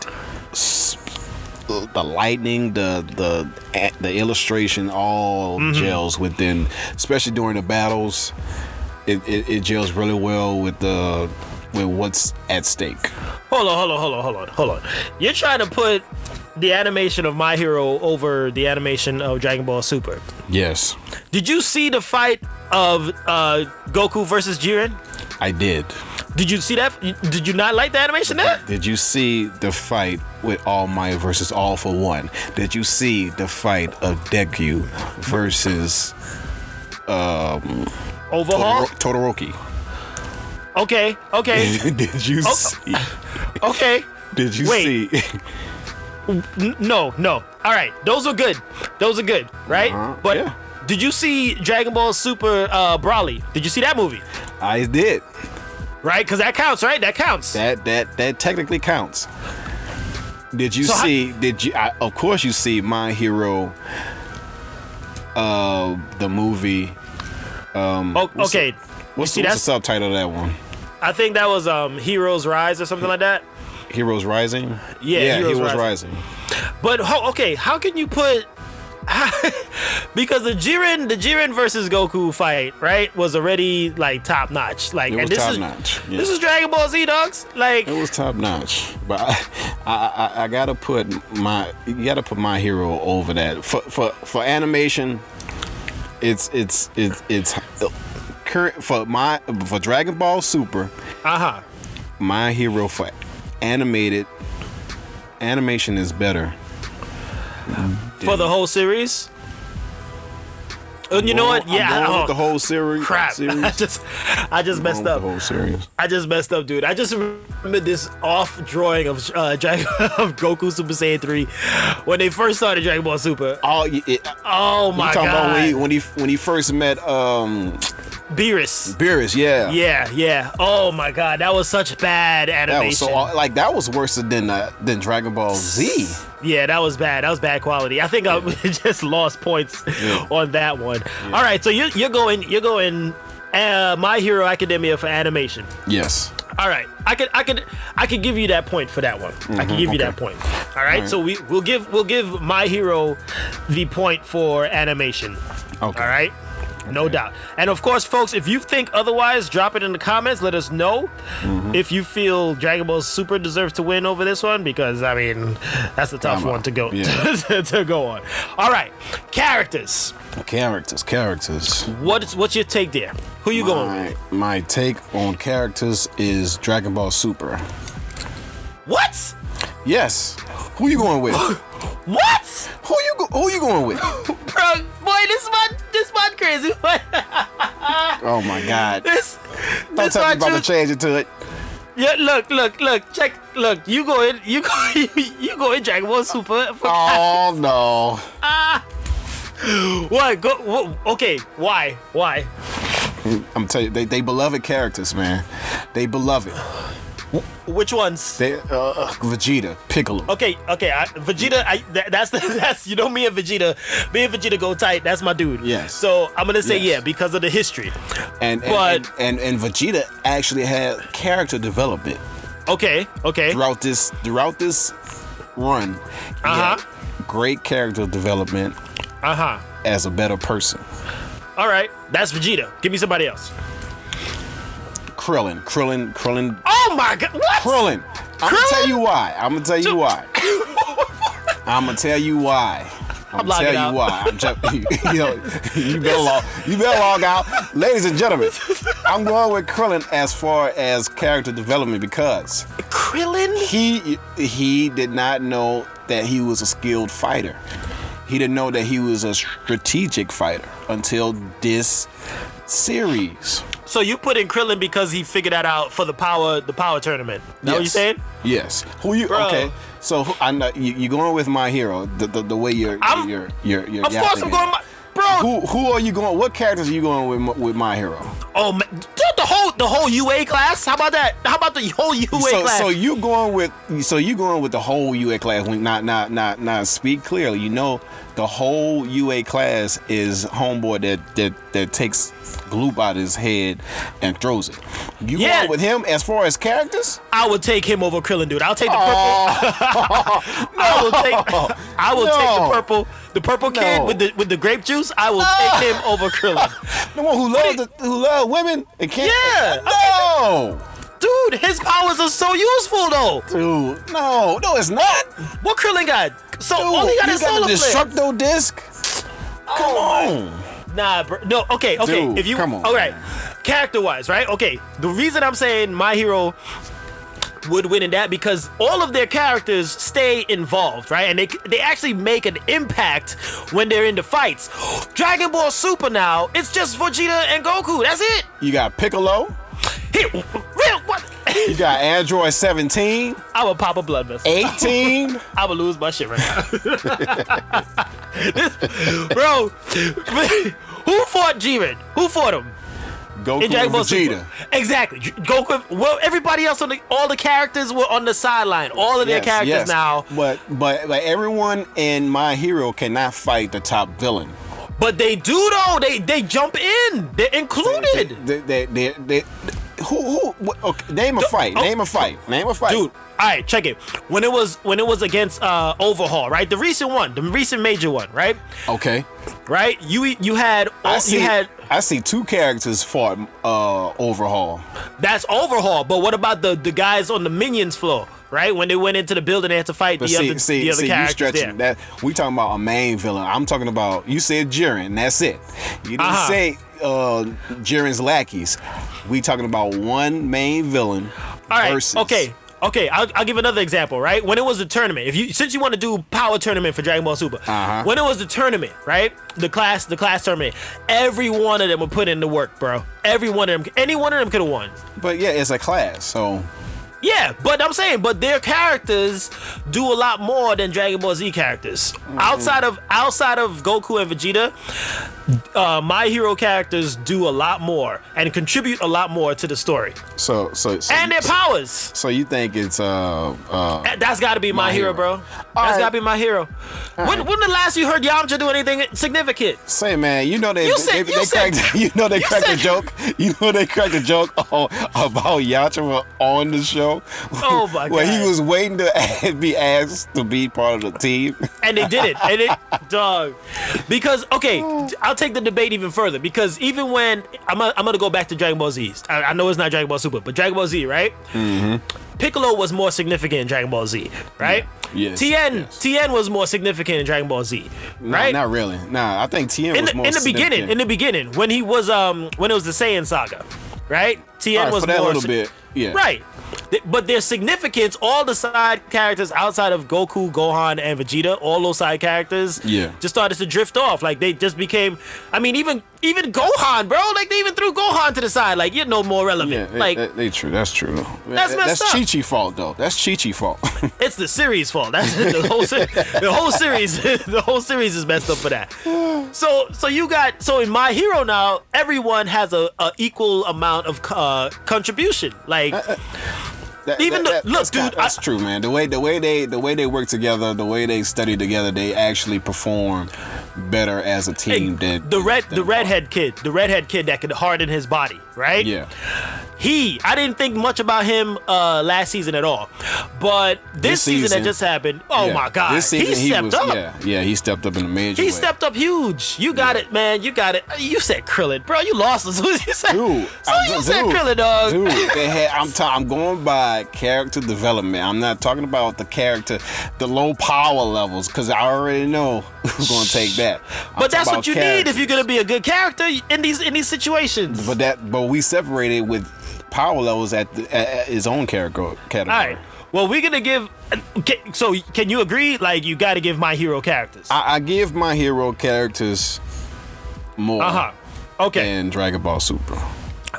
s- the lightning, the the eh, the illustration, all gels within. Especially during the battles, it, it, it gels really well with the with what's at stake. Hold on, hold on, hold on, hold on, hold on. You're trying to put the animation of My Hero over the animation of Dragon Ball Super. Yes, Did you see the fight of uh, Goku versus Jiren? I did. Did you see that? Did you not like the animation there? Did you see the fight with All Might versus All for One? Did you see the fight of Deku versus Overhaul? Todoro- Todoroki? Okay, okay, did you Oh. see? okay. Did you Wait. see? N- no, no. All right, those are good. Those are good, right? Uh-huh, But yeah. did you see Dragon Ball Super uh, Brawly? Did you see that movie? I did. Right? Because that counts, right? That counts. That that that technically counts. Did you So how- see? did you? I, of course, you see my hero. Uh, the movie. O- what's okay. the- What's, the, see, what's the that's- subtitle of that one? I think that was um, Heroes Rise or something like that. Heroes Rising. Yeah, Heroes Heroes Rising. Rising. But ho- okay, how can you put? because the Jiren, the Jiren versus Goku fight, right, was already like top notch. Like, It and was this top is notch. yeah. this is Dragon Ball Z, dogs. Like, It was top notch, but I, I, I, I gotta put my you gotta put my hero over that for for for animation. It's it's it's it's current for my for Dragon Ball Super. uh huh. My Hero for animated animation is better. For the whole series. And you know what? I'm Yeah. going oh, with the whole series. crap. series. I just, I just I'm messed going with up. The whole series. I just messed up, dude. I just remember this off drawing of uh, Dragon of Goku Super Saiyan 3 when they first started Dragon Ball Super. All you Oh, it, Oh you my talking about when he, god. when he when he first met um Beerus. Beerus? Yeah. Yeah, yeah. Oh my god, that was such bad That animation. was so aw- like that was worse than uh, than Dragon Ball Z. Yeah, that was bad. That was bad quality. I think I just lost points on that one. All right, so you're, you're going you're going uh, My Hero Academia for animation. Yes. All right, I could, I could, I could give you that point for that one. I Mm-hmm, can give you that point. All right, so we we'll give we'll give my hero the point for animation. Okay. All right, no doubt. And of course, folks, if you think otherwise, drop it in the comments. Let us know Mm-hmm. if you feel Dragon Ball Super deserves to win over this one because I mean that's a tough Come on. one to go Yeah. to, to go on. All right, characters. Characters, characters. What's what's your take there? Who you going with? My, my take on characters is Dragon Ball Super. What? Yes. Who you going with? What? who you go- who you going with? Bro, boy, this one, this one crazy. Oh my God. this, Don't this tell me one about to just, change it to it. yeah, look, look, look, check, look, you go in, you go, you go in Dragon Ball Super. Oh no. Why? Go, wha- okay, why, why? I'm telling you, they, they beloved characters, man. They beloved. Which ones? They uh, Vegeta, Piccolo. Okay, okay, I, Vegeta, I, that, that's, the, that's, you know me and Vegeta, me and Vegeta go tight, that's my dude. Yes. So, I'm gonna say Yes. yeah, because of the history. And and, but- and, and and Vegeta actually had character development Okay, okay. throughout this throughout this run. He had Great character development Uh-huh. as a better person. All right, that's Vegeta. Give me somebody else. Krillin, Krillin, Krillin, Oh my god, what? Krillin. I'm gonna Krillin? tell you why. I'm gonna tell you why. I'm gonna tell you why. I'm, gonna logging tell out. you why. I'm ju- you, know, you better log. You better log out, ladies and gentlemen. I'm going with Krillin as far as character development because Krillin? he he did not know that he was a skilled fighter. He didn't know that he was a strategic fighter until this series. So you put in Krillin because he figured that out for the power the power tournament. That what you Yes. saying? Yes. Who you? Bro. Okay. So who- I'm not, you, you're going with my hero. The the, the way you're I'm- you're you're, you're Of course I'm yapping going it. my, bro. Who who are you going? What characters are you going with my- with my hero? Oh man, dude, the whole the whole UA class. How about that? How about the whole UA so class? so you going with so you going with the whole UA class? When not not not not speak clearly. You know the whole UA class is homeboy that that that takes glue out of his head and throws it. You Yeah. going with him as far as characters? I would take him over Krillin, dude. I'll take the purple. Oh, I will take. I will take No. the purple. The purple kid No. with the with the grape juice. I will take him over Krillin, the one who loves the, who love women and can't. Yeah, No. dude. His powers are so useful though. Dude, no, no, it's not. What Krillin got? So Dude, Oh, only got you his got solar the flare. Oh. destructo disc. Come on. Nah, bro. No, okay, okay. Dude, if you come on, all right, character wise, right? Okay. The reason I'm saying my hero would win in that because all of their characters stay involved, right? And they they actually make an impact when they're in the fights. Dragon Ball Super now, it's just Vegeta and Goku. That's it. You got Piccolo. Here, real what? You got Android 17, I would pop a blood vessel. 18. I would lose my shit right now. This- bro, who fought Jiren? Who fought him? Goku in Dragon and Ball Vegeta. Super. Exactly. Goku. Well, everybody else on the all the characters were on the sideline. All of their Yes, characters yes. now, But but like everyone in My Hero cannot fight the top villain. but they do though. They they jump in. They're They, included. they, they, they, they- who who what, okay, name a fight. oh. Name a fight. Name a fight. Dude, all right, check it. When it was when it was against uh Overhaul, right? The recent one, the recent major one, right? Okay. Right? You you had I all, see Oh, you had I see two characters fought uh overhaul. that's Overhaul, but what about the the guys on the minions floor, right? When they went into the building, they had to fight But the see, other see, the other see, you characters stretching there. that. We talking about a main villain. I'm talking about you said Jiren. That's it. You didn't Uh-huh. say uh, Jiren's lackeys. We talking about one main villain All right. versus. Okay. Okay. I'll, I'll give another example. Right. When it was the tournament, if you since you want to do power tournament for Dragon Ball Super, Uh-huh. when it was the tournament, right? The class, the class tournament. Every one of them would put in the work, bro. Every one of them. Any one of them could have won. But yeah, it's a class. So Yeah, but I'm saying, but their characters do a lot more than Dragon Ball Z characters. Mm-hmm. Outside of outside of Goku and Vegeta, uh, my hero characters do a lot more and contribute a lot more to the story so so. so and their powers. so you think it's uh uh That- That's got to be my, My hero. hero. bro. All That's right. got to be my hero. When, when the last you heard Yamcha do anything significant? say man you know they You said- they, you they said- cracked you know they you cracked said- a joke you know they cracked a joke oh, about Yatra on the show Oh, my where God. he was waiting to be asked to be part of the team And they did it. And it, dog. Because, okay, Oh. I'll take the debate even further. Because even when, I'm going I'm to go back to Dragon Ball Z. I, I know it's not Dragon Ball Super, but Dragon Ball Z, right? Mm-hmm. Piccolo was more significant in Dragon Ball Z, right? Yes, Tien, yes. Tien was more significant in Dragon Ball Z, Nah, right? not really. Nah, I think TM in was the, more in the beginning, significant. in the beginning, when he was, um, when it was the Saiyan saga, right? Tien All right, was for that more little sig- bit. Yeah. Right. Th- But their significance, all the side characters outside of Goku, Gohan, and Vegeta, all those side characters, Yeah. just started to drift off. Like they just became. I mean, even even Gohan, bro. Like they even threw Gohan to the side. Like you're no more Yeah, relevant. they, like they, they true. That's true. though. That's That- messed that's up. Chi Chi fault though. That's Chi Chi fault. it's the series' fault. That's the whole se- the whole series. the whole series is messed up for that. So so you got so in my hero now, everyone has a, a equal amount of uh, contribution. Uh, Like That- that- Even the- that- look, that's got- dude, I- That's true, man. The way the way they the way they work together, the way they study together, they actually perform better as a hey, team than the red than the redhead kid, the redhead kid that could harden his body, right? Yeah. he, I didn't think much about him uh, last season at all, but this, season, season- that just happened. Oh Yeah. my God, This season he stepped was, up. Yeah, yeah, he stepped up in a major He way. stepped up huge. You got it, man. You got it. You said Krillin, bro. You lost as soon as you said. Dude, so I- you said dude, Krillin, dog. Dude, they had, I'm t- I'm going by character development. I'm not talking about the character, the low power levels, because I already know who's going to take that. I'm But that's talking what you about need if character. you're gonna be a good character in these in these situations. But that, but we separated with power levels at, the, at, at his own character category. All right. Well, we're gonna give. uh, ca- So can you agree? Like you got to give my hero characters. Uh I, I give my hero characters more huh. Uh-huh. Okay. than Dragon Ball Super.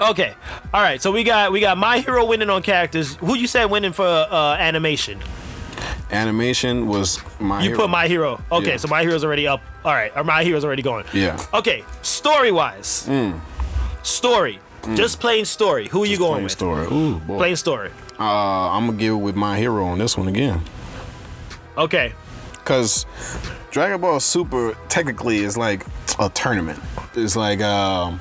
Okay. All right. So we got we got my hero winning on characters. Who you said winning for uh, animation? Animation was my. You hero. put my hero. Okay. Yeah. So my hero's already up. All right. Or my hero's already going. Yeah. Mm. Okay. Story wise. Story. Just plain story. Who are you going Plain with? story. Ooh, boy. Plain story. Uh, I'm gonna give it with my hero on this one again. Okay. because Dragon Ball Super technically is like a tournament. It's like um,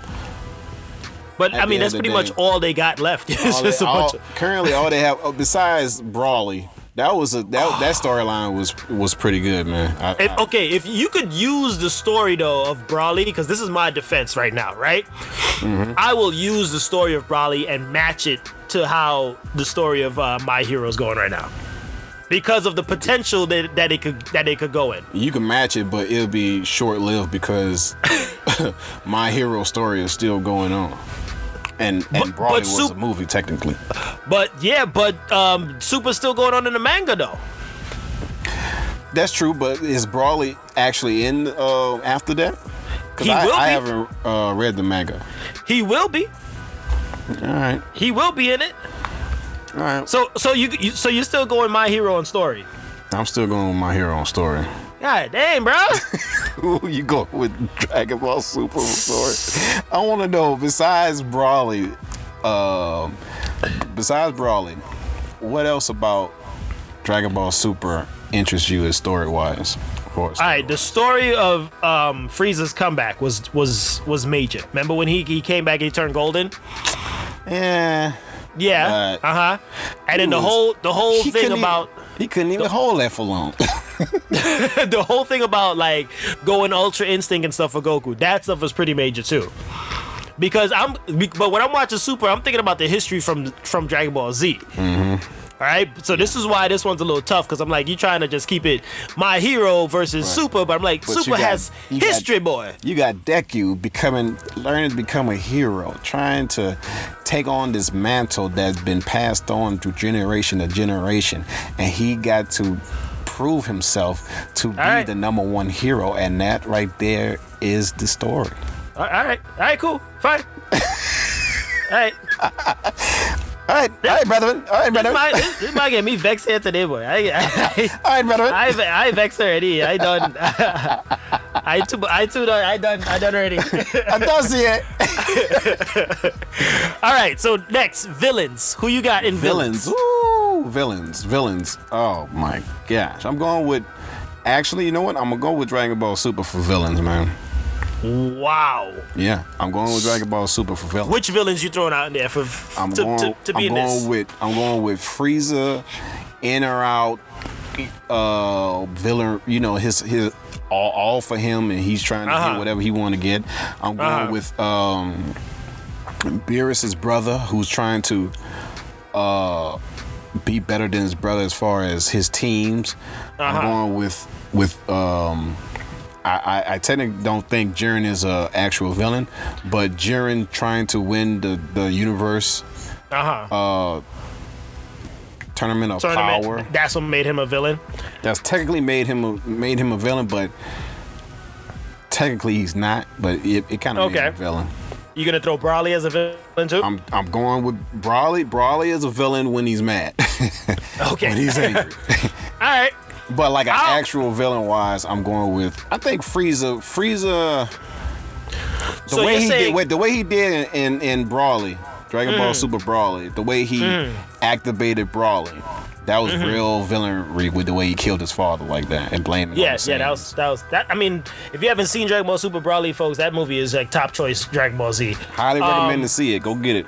But At I the mean, end that's of the pretty day- much all they got left. It's all just they- a all- bunch of. currently all they have oh, besides Brawly. That was a that Ah. that storyline was was pretty good, man. I, If, I- okay, if you could use the story though of Brawly, because this is my defense right now, right? Mm-hmm. I will use the story of Brawly and match it to how the story of uh, My Hero's going right now, because of the potential that, that it could that it could go in. you can match it, but it'll be short lived because my hero story is still going on. And and But- Brawly but was Sup- a movie technically. But yeah, but um, Super's still going on in the manga though. That's true, but is Brawly actually in uh, after that? Because He I, will I be. haven't uh, read the manga. He will be. All right, He will be in it. all right. So so you, you so you're still going My Hero and story. I'm still going with my hero on story. God damn, bro. Who you go with Dragon Ball Super story? I want to know. Besides Brawly, um, besides Brawly, what else about Dragon Ball Super interests you as story wise? All right, the story of um, Frieza's comeback was was was major. Remember when he, he came back and he turned golden? yeah. Yeah. Right. Uh huh. And then the He was- whole the whole He couldn't thing e- even- about he couldn't even hold that for long. the whole thing about like going Ultra Instinct and stuff for Goku. That stuff was pretty major too. Because I'm be- but when I'm watching Super, I'm thinking about the history from from Dragon Ball Z. Mm-hmm. All right, so this is why this one's a little tough because I'm like, you trying to just keep it my hero versus Super, but I'm like, you Super got- has you got- history, boy. You got Deku becoming, learning to become a hero, trying to take on this mantle that's been passed on through generation to generation, and he got to prove himself to be right. the number one hero, and that right there is the story. All right, all right, cool, fine. all right, All right, all right, brethren, all right, this brethren, might, this, this might get me vexed here today, boy. I, I, all right, brethren. I, I, vexed already. I done. I too, I too done. I done. I done already. I don't see it. all right, so next villains. Who you got in villains? Villains, ooh, villains, villains. Oh my gosh, I'm going with. Actually, you know what? I'm gonna go with Dragon Ball Super for villains, man. Wow. Yeah, I'm going with Dragon Ball Super for villains. Which villains you throwing out in there for I'm to, going, to, to be I'm in going this? with I'm going with Frieza, in or out, uh, villain. You know his his all, all for him, and he's trying to Uh-huh. get whatever he want to get. I'm going Uh-huh. with um, Beerus's brother, who's trying to uh, be better than his brother as far as his teams. Uh-huh. I'm going with with um. I, I, I technically don't think Jiren is a actual villain, but Jiren trying to win the, the universe uh huh. tournament of Tournament. power. That's what made him a villain. That's technically made him a, made him a villain, but technically he's not. But it, it kind of made Okay. him a villain. You gonna throw Brawly as a villain too? I'm I'm going with Brawly. Brawly is a villain when he's mad, when okay. he's angry. All right. but like an Ow. actual villain wise, I'm going with I think Frieza. Frieza. The So way you're he saying- Mm. did wait, the way he did in in, in Brawly, Dragon Ball Super Brawly, the way he activated Brawly. That was Mm-hmm. real villainry with the way he killed his father like that and blaming. Yeah, yeah, that was that was that. I mean, if you haven't seen Dragon Ball Super Broly, folks, that movie is like top choice Dragon Ball Z. Highly recommend Um, to see it. Go get it.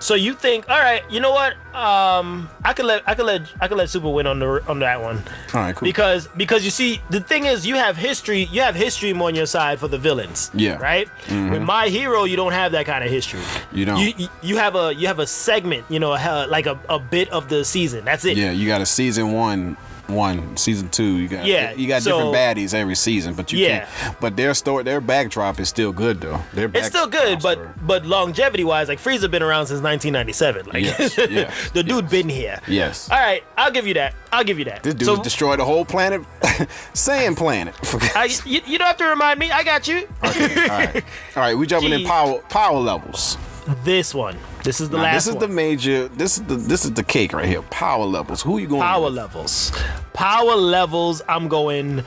So you think, all right, you know what? Um, I could let I could let I could let Super win on the on that one All right, cool. because because you see the thing is you have history you have history on your side for the villains Yeah. Mm-hmm. right with my hero you don't have that kind of history You don't. you, you- you have a you have a segment you know a hell- like a, a bit of the season that's it yeah, you got a season one, one season two. You got Yeah, you got so- different baddies every season, but you Yeah. can't. But their story, their backdrop is still good though. Their it's back- uh, still good but story. but longevity wise like Frieza been around since 1997 like Yes, yeah, the dude been here Yes. all right I'll give you that I'll give you that this dude So- destroyed the whole planet, sand planet. I, you, you don't have to remind me. I got you. all right, all right, we jumping in Gee. power power levels. This one. This is the Now, last this is the one. major. This is the this is the cake right here. Power levels. Who you going? power with? levels. Power levels. I'm going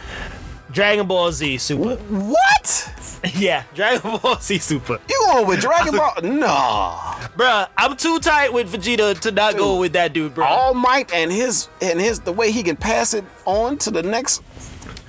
Dragon Ball Z Super. What? yeah, Dragon Ball Z Super. You going with Dragon Ball? Nah. Bruh, I'm too tight with Vegeta to not go with that dude, bruh. All Might and his and his the way he can pass it on to the next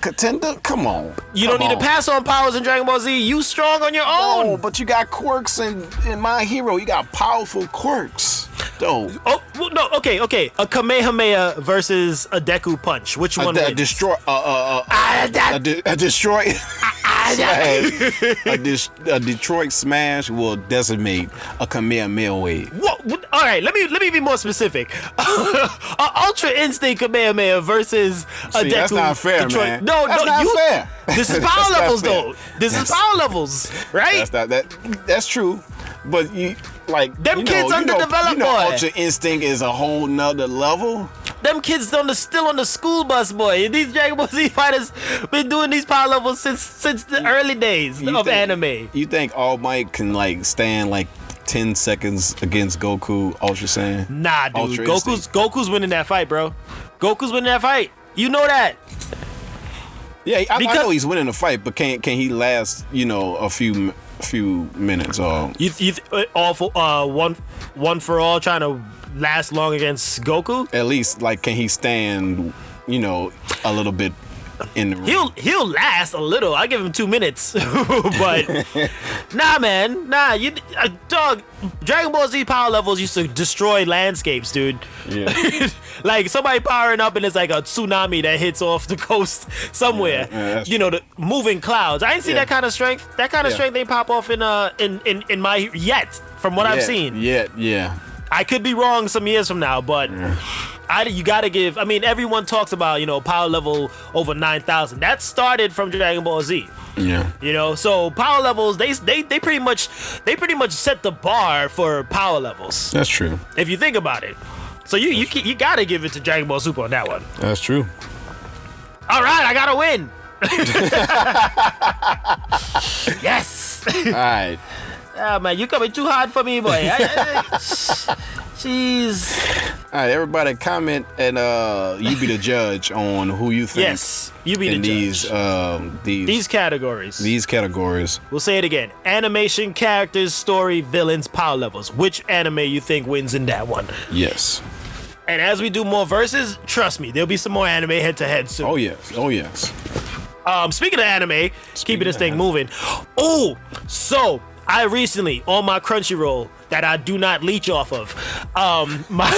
contender. Come on. you don't Come need on. to pass on powers in Dragon Ball Z. You strong on your Oh, own. but you got quirks in in My Hero. You got powerful quirks. Though. Oh, well, no, okay, okay. A Kamehameha versus a Deku Punch. Which A, one? de- a wins? destroy. Uh, uh, uh, Ah, that- a, de- a destroy. ah, that- smash. a, dis- a Detroit smash will decimate a Kamehameha wave. What, what- all right, let me let me be more specific. a Ultra Instinct Kamehameha versus a See, Deku. that's not fair, Detroit- man. No, That's no, not you. fair. This is That's power not levels, fair. though. This is power levels, right? That's not that. That's true, but you like Them you kids know, underdeveloped, You know, you know boy. Ultra Instinct is a whole nother level. Them kids on the still on the school bus, boy. And These Dragon Ball Z fighters been doing these power levels since since the early days You of think- anime. You think All Might can like stand like ten seconds against Goku Ultra Saiyan? Nah, dude. Ultra Goku's Instinct. Goku's winning that fight, bro. Goku's winning that fight. You know that. Yeah, I, Because- I know he's winning the fight, but can can he last? You know, a few m- few minutes or You, you th- all for uh one one for all trying to last long against Goku. at least like can he stand? You know, a little bit in the ring? He'll he'll last a little. I give him two minutes, but nah, man, nah. You uh, dog. Dragon Ball Z power levels used to destroy landscapes, dude. Yeah. like somebody powering up and it's like a tsunami that hits off the coast somewhere. Yeah, yeah, that's you know, the moving clouds. I ain't seen Yeah. that kind of strength. That kind of Yeah. strength ain't pop off in uh in in, in my yet from what I've Yeah, seen. Yeah, yeah. I could be wrong some years from now, but I you gotta give. I mean, everyone talks about you know power level over nine thousand. That started from Dragon Ball Z. Yeah. You know, so power levels they they they pretty much they pretty much set the bar for power levels. That's true. If you think about it, so you you ca- you gotta give it to Dragon Ball Super on that one. That's true. All right, I gotta win. yes. All right. Ah man, you coming too hard for me, boy. I- I- Jeez. All right, everybody, comment and uh, you be the judge on who you think Yes, you be the in judge. these um, these These categories. these categories. We'll say it again. Animation, characters, story, villains, power levels. Which anime you think wins in that one? Yes. And as we do more verses, trust me, there'll be some more anime head to head soon. Oh yes. Oh yes. Um, speaking of anime, keeping Oh. of this thing anime. moving. Oh, so I recently on my Crunchyroll that I do not leech off of. Um, my,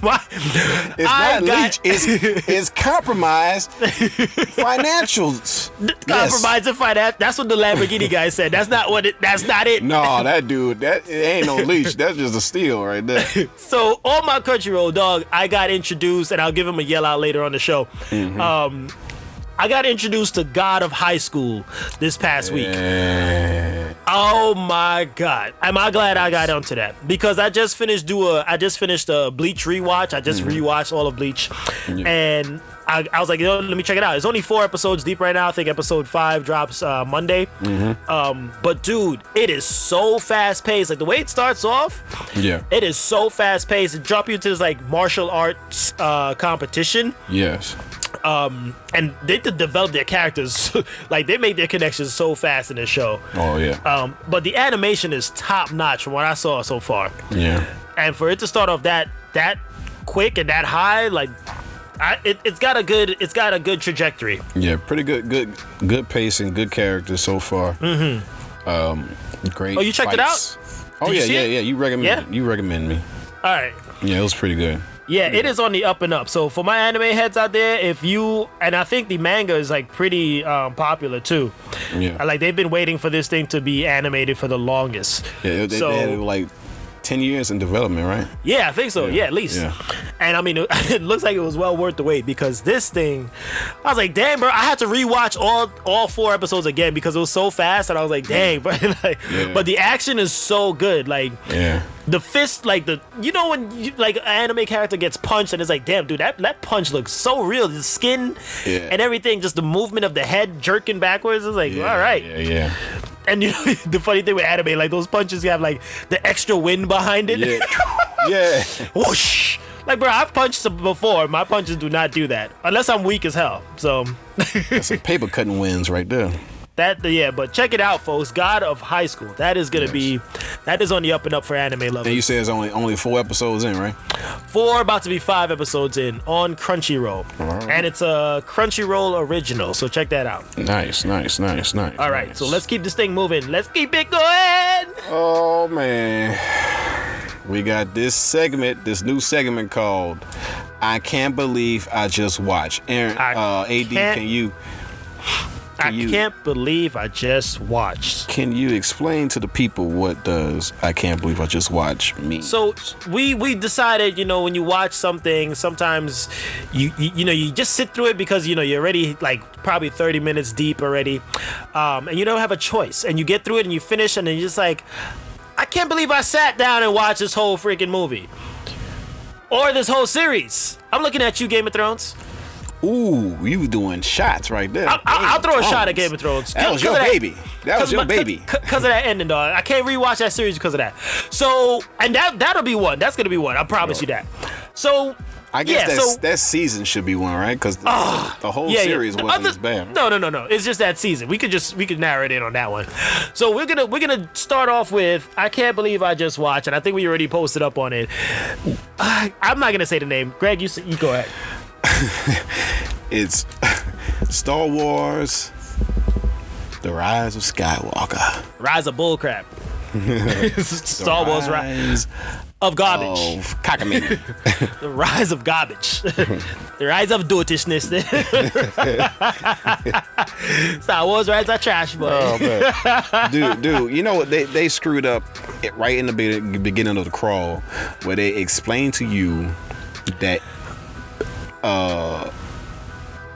my It's I not got leech. It's it's compromised financials. Yes. compromised and finance. That's what the Lamborghini guy said. That's not what it. That's not it. No, that dude. That it ain't no leech. That's just a steal right there. So on my country road dog, I got introduced, and I'll give him a yell out later on the show. Um, I got introduced to God of High School this past week. Eh, Oh my God! Am I glad I got onto that because I just finished do a I just finished a Bleach rewatch. I just rewatched all of Bleach, and I, I was like, Yo, let me check it out. It's only four episodes deep right now. I think episode five drops uh, Monday. Um, but dude, it is so fast paced. Like the way it starts off, Yeah. it is so fast paced. It drop you into this like martial arts uh, competition, Yes. um, and they did develop their characters. like they make their connections so fast in this show. Oh yeah. Um, but the animation is top notch from what I saw so far, yeah. and for it to start off that that quick and that high, like I, it, it's got a good it's got a good trajectory. Yeah. Pretty good. Good. Good pace and good character so far. Mm-hmm. Um. Great. Oh, you checked it fights. Oh Did you yeah, see yeah, it? yeah. You recommend Yeah? you recommend me. All right. Yeah, it was pretty good. Yeah, it is on the up and up. So for my anime heads out there, if you and I think the manga is like pretty um, popular too. Yeah, Uh, Like they've been waiting for this thing to be animated for the longest. yeah. They, so they had like ten years in development, right? yeah, I think so. Yeah, at least. yeah. And I mean, it, it looks like it was well worth the wait because this thing, I was like, damn, bro, I had to rewatch all all four episodes again because it was so fast, and I was like, dang, bro. like, Yeah. But the action is so good, like. Yeah, the fist like the you know when you, like an anime character gets punched and it's like damn dude that, that punch looks so real the skin Yeah. and everything just the movement of the head jerking backwards is like yeah. all right Yeah, yeah. and you know the funny thing with anime like those punches have like the extra wind behind it Yeah. yeah. whoosh like bro I've punched some before my punches do not do that unless I'm weak as hell so That's some paper cutting wins right there. that yeah but check it out folks God of High School that is gonna Yes. be that is on the up and up for anime lovers And you said it's only only four episodes in, right? four, about to be five episodes in on Crunchyroll. And it's a Crunchyroll original, so check that out. Nice, nice, nice, nice. All right, nice. so let's keep this thing moving. Let's keep it going. Oh man, we got this segment, this new segment called "I Can't Believe I Just Watched." Aaron, I uh, AD, can't- can you I you- can't believe I just watched. can you explain to the people what does "I Can't Believe I Just Watched" mean? So we we decided, you know, when you watch something, sometimes you you, you know you just sit through it because you know you're already like probably 30 minutes deep already, um, and you don't have a choice. And you get through it and you finish, and then you're just like, I can't believe I sat down and watched this whole freaking movie. Or this whole series. I'm looking at you, Game of Thrones. ooh, you doing shots right there. I'll, I'll, I'll Game throw a of shot at Thrones. Game of Thrones. That was your baby. That was your baby. Because of that ending, dog. I can't rewatch that series because of that. So, and that that'll be one. That's gonna be one. I promise you that. So, I guess yeah, that so, that season should be one, right? Because the, the whole yeah, yeah. series The wasn't other- as bad. No, no, no, no. It's just that season. We could just we could narrow it in on that one. So we're gonna we're gonna start off with I can't believe I just watched, and I think we already posted up on it. I, I'm not gonna say the name. Greg, you s- you go ahead. It's Star Wars: The Rise of Skywalker. Rise of bullcrap. Star Wars Rise Rise of garbage. of cockamamie. The rise of garbage. the rise of dotishness. Star Wars rise of trash, boy. Oh man, dude, dude, you know what? They they screwed up it right in the be- beginning of the crawl, where they explain to you that uh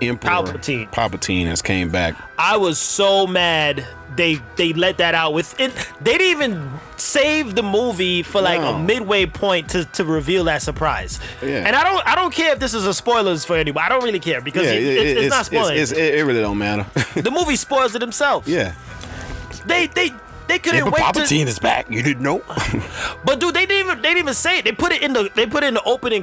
Emperor Palpatine. Palpatine has came back. I was so mad they they let that out with it. They didn't even save the movie for like No. a midway point to, to reveal that surprise. Yeah. And I don't I don't care if this is a spoilers for anybody. I don't really care because it- it- it's, not spoiling. it's- it, it really don't matter. the movie spoils it themselves. yeah, They they they couldn't wait to, is back. You didn't know? But dude, they didn't even they didn't even say it. They put it in the they put it in the opening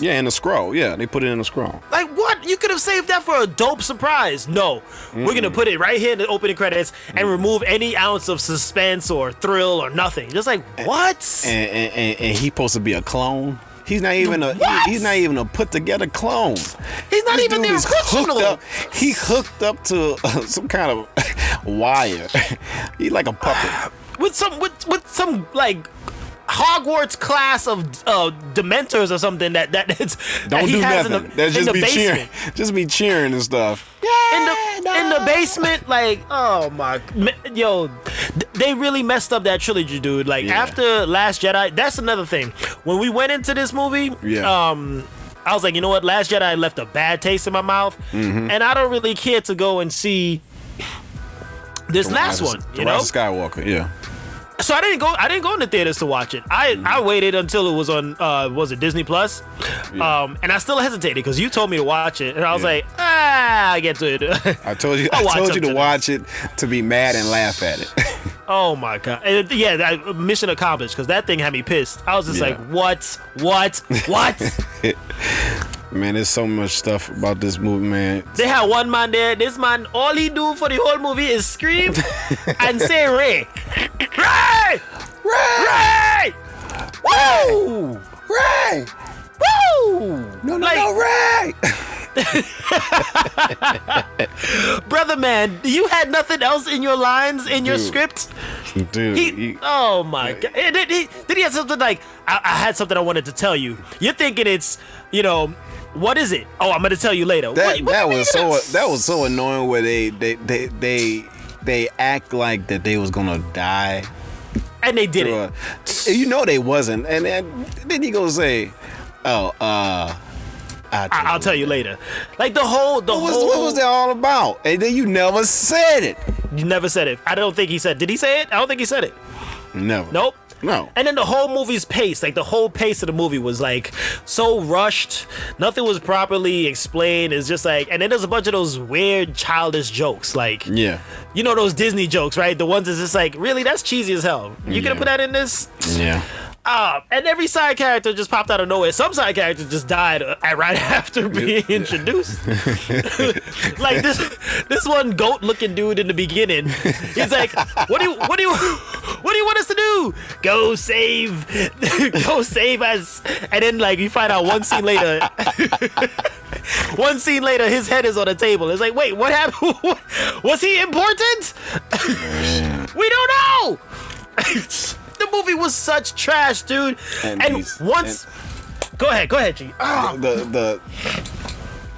yeah, in the scroll. Yeah, they put it in the scroll. Like what? You could have saved that for a dope surprise. No, we're gonna put it right here in the opening credits Mm. and remove any ounce of suspense or thrill or nothing. Just like what? And and, and, and he supposed to be a clone. He's not even a What? he- he's not even a put together clone. He's not This even dude the is hooked original. up- He hooked up to uh, some kind of wire. he like a puppet. With some with with some like Hogwarts class of uh, Dementors or something that that it's that Don't he do has nothing. in the, That's in just the be basement. cheering. Just be cheering and stuff. in the in the basement. Like, oh my, me- yo, th- they really messed up that trilogy, dude. Like Yeah. after Last Jedi, that's another thing. When we went into this movie, Yeah. um. I was like, you know what? Last Jedi left a bad taste in my mouth, Mm-hmm. and I don't really care to go and see this last Rise one. of- You The know, Rise of Skywalker. Yeah. so I didn't go. I didn't go in the theaters to watch it. I Mm-hmm. I waited until it was on. Uh, was it Disney Plus? Um, and I still hesitated because you told me to watch it, and I was Yeah. like, ah, I get to it. I told you. I'll I watch told up you to to watch it to be mad and laugh at it. Oh my god! And, yeah, that, mission accomplished. Because that thing had me pissed. I was just Yeah. like, what, what, what? man, there's so much stuff about this movie, man. they had one man there. This man, all he do for the whole movie is scream and say Ray, Ray, Ray, Ray, woo, Ray! woo. No, Ray! Brother man, you had nothing else in your lines in your Dude. script? Dude, He, you- oh my god! Eh, Did he, did he have something like I, I had something I wanted to tell you? You're thinking it's you know what is it? Oh, I'm gonna tell you later. that What- what that do you was mean so it's- that was so annoying where they they they they, they act like that they was gonna die and they did through it. a- you know they wasn't and, and then he gonna say oh uh I'll I, I'll tell you later. Like the whole the what was, whole what was that all about and then you never said it you never said it. I don't think he said. Did he say it? I don't think he said it. never Nope. no And then the whole movie's pace, like the whole pace of the movie was like so rushed. Nothing was properly explained. It's just like, and then there's a bunch of those weird childish jokes, like yeah you know those Disney jokes, right? The ones that's just like, really, that's cheesy as hell. You Yeah. gonna put that in this? yeah Uh, and every side character just popped out of nowhere. Some side characters just died uh, right after being introduced. like this, this one goat-looking dude in the beginning. He's like, "What do you, what do you, what do you want us to do? Go save, go save us!" And then like you find out one scene later. One scene later, his head is on the table. It's like, wait, what happened? Was he important? we don't know. the movie was such trash, dude. And, And these- once, go ahead, go ahead, G. Ah, the the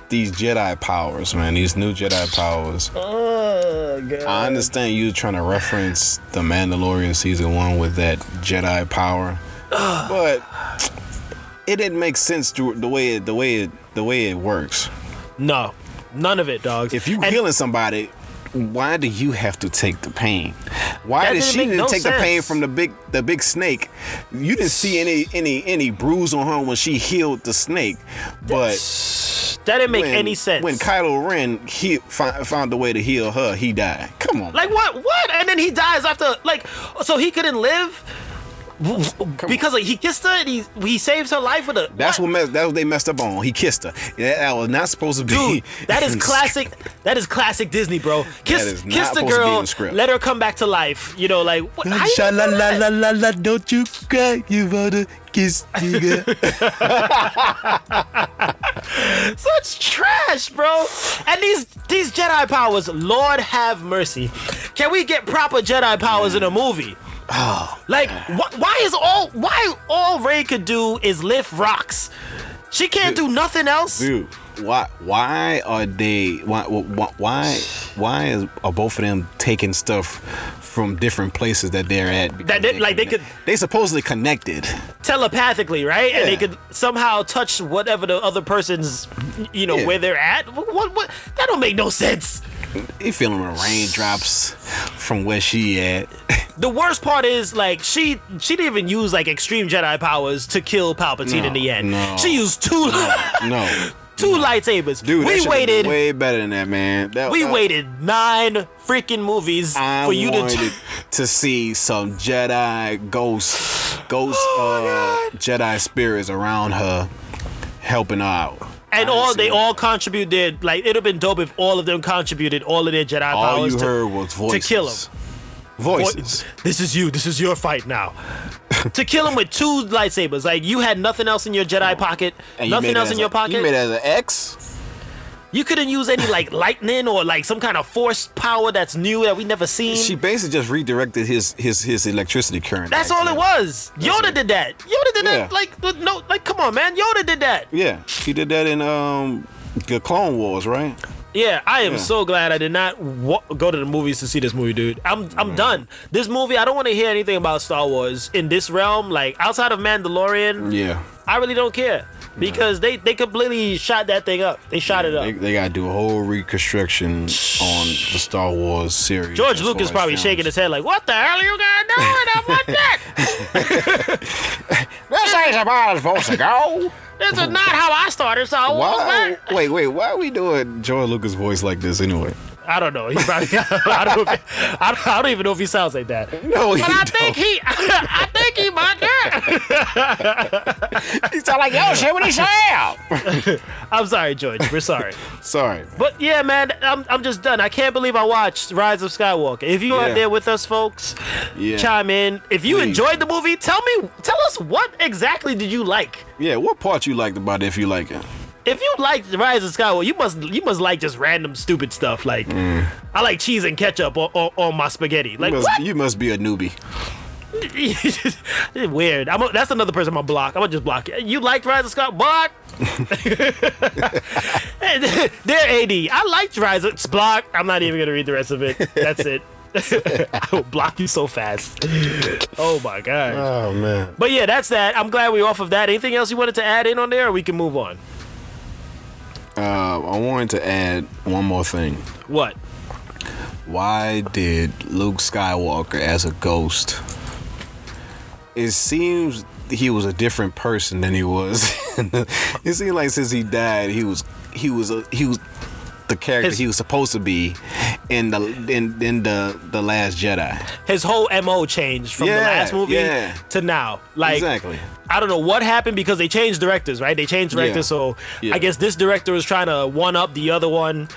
these Jedi powers, man, these new Jedi powers. Oh, God. I understand you trying to reference the Mandalorian season one with that Jedi power, but it didn't make sense to the way it, the way it, the way it works. No, none of it, dogs. If you And- healing somebody, why do you have to take the pain? Why That did didn't she make didn't no take the pain sense. from the big the big snake? You didn't see any any any bruise on her when she healed the snake, but. that didn't make when- any sense. When Kylo Ren he fi- found a way to heal her, he died. Come on, like what? What? And then he dies after like, so he couldn't live. Because like, he kissed her and he he saves her life with a that's what mess, that's what they messed up on. He kissed her. That, that was not supposed to be. Dude, that is in the classic. That is classic Disney, bro. Kiss, is not kiss the supposed to be in girl, the script. let her come back to life. You know, like what, how you script. gonna do that? Sha-la-la-la-la-la, don't you cry, you wanna kiss nigga. Such trash, bro. And these these Jedi powers, Lord have mercy. Can we get proper Jedi powers in a movie? Oh, like wh- why is all why all Ray could do is lift rocks? She can't do nothing else. Dude, why why are they why why why, why is, are both of them taking stuff from different places that they're at? because That they- like, they connect- could- they supposedly connected. telepathically, right? And they Yeah. could somehow touch whatever the other person's, you know, Yeah. where they're at. What, what, what? That don't make no sense. They feeling the raindrops from where she at. The worst part is like she she didn't even use like extreme Jedi powers to kill Palpatine in the end. no. She used two No, two lightsabers. dude, that we should've been waited. way better than that, man. That, we that- waited nine freaking movies I for you to. wanted T- to see some Jedi ghosts, ghost Oh uh, Jedi spirits around her, helping her out. and I all didn't see they it. all contributed. Like it'd have been dope if all of them contributed all of their Jedi All powers you to, heard was to voices. kill him. Voices. This is you. This is your fight now. to kill him with two lightsabers, like you had nothing else in your Jedi pocket, And you made nothing it else as in a- your You pocket. made it You, as an X. couldn't use any like lightning or like some kind of force power that's new that we never seen. She basically just redirected his his his electricity current. that's back all to it him. was. Yoda it. did that. Yoda did Yeah. that. Like with no, like come on, man. Yoda did that. Yeah, she did that in um the Clone Wars, right? Yeah, I am Yeah. so glad I did not wa- go to the movies to see this movie, dude. I'm I'm Mm. done. This movie, I don't want to hear anything about Star Wars in this realm. Like outside of Mandalorian, Yeah. I really don't care because they they completely shot that thing up. They shot it up. They, they gotta do a whole reconstruction on the Star Wars series. George as far as Lucas probably films. shaking his head like, "What the hell are you guys doing? I want that. This ain't how it's supposed to go. This is not how I started Star Wars." Why? man." Wait, wait. Why are we doing George Lucas voice like this anyway? I don't know. He probably. I don't. know if- I don't, I don't even know if he sounds like that. No, But I think he. I think he might. do. he sound like yo shit when he shout. I'm sorry, George. We're sorry. Sorry. But yeah, man, I'm, I'm just done. I can't believe I watched Rise of Skywalker. If you Yeah. out there with us, folks, Yeah. chime in. If you Please. enjoyed the movie, tell me, tell us what exactly did you like. Yeah. What part you liked about it? If you like it, if you like Rise of Skywalker, you must you must like just random stupid stuff. Like I like cheese and ketchup on, on, on my spaghetti. Like Mm. You must, what? you must be a newbie. Weird. I'm a, that's another person I'm gonna block. I'm gonna just block you. You liked Rise of Skywalker? Block. Dear AD, I liked Rise of Block. I'm not even gonna read the rest of it. That's it. I will block you so fast. Oh my god. Oh man. But yeah, that's that. I'm glad we're off of that. Anything else you wanted to add in on there, or we can move on? Uh, I wanted to add one more thing. What? Why did Luke Skywalker as a ghost? It seems he was a different person than he was. it seemed like since he died, he was he was a he was the character His- he was supposed to be in the in, in the the last Jedi. His whole mo changed from the Yeah, last movie yeah. to now. Like, exactly. I don't know what happened because they changed directors, right? They changed directors, Yeah. so Yeah. I guess this director was trying to one up the other one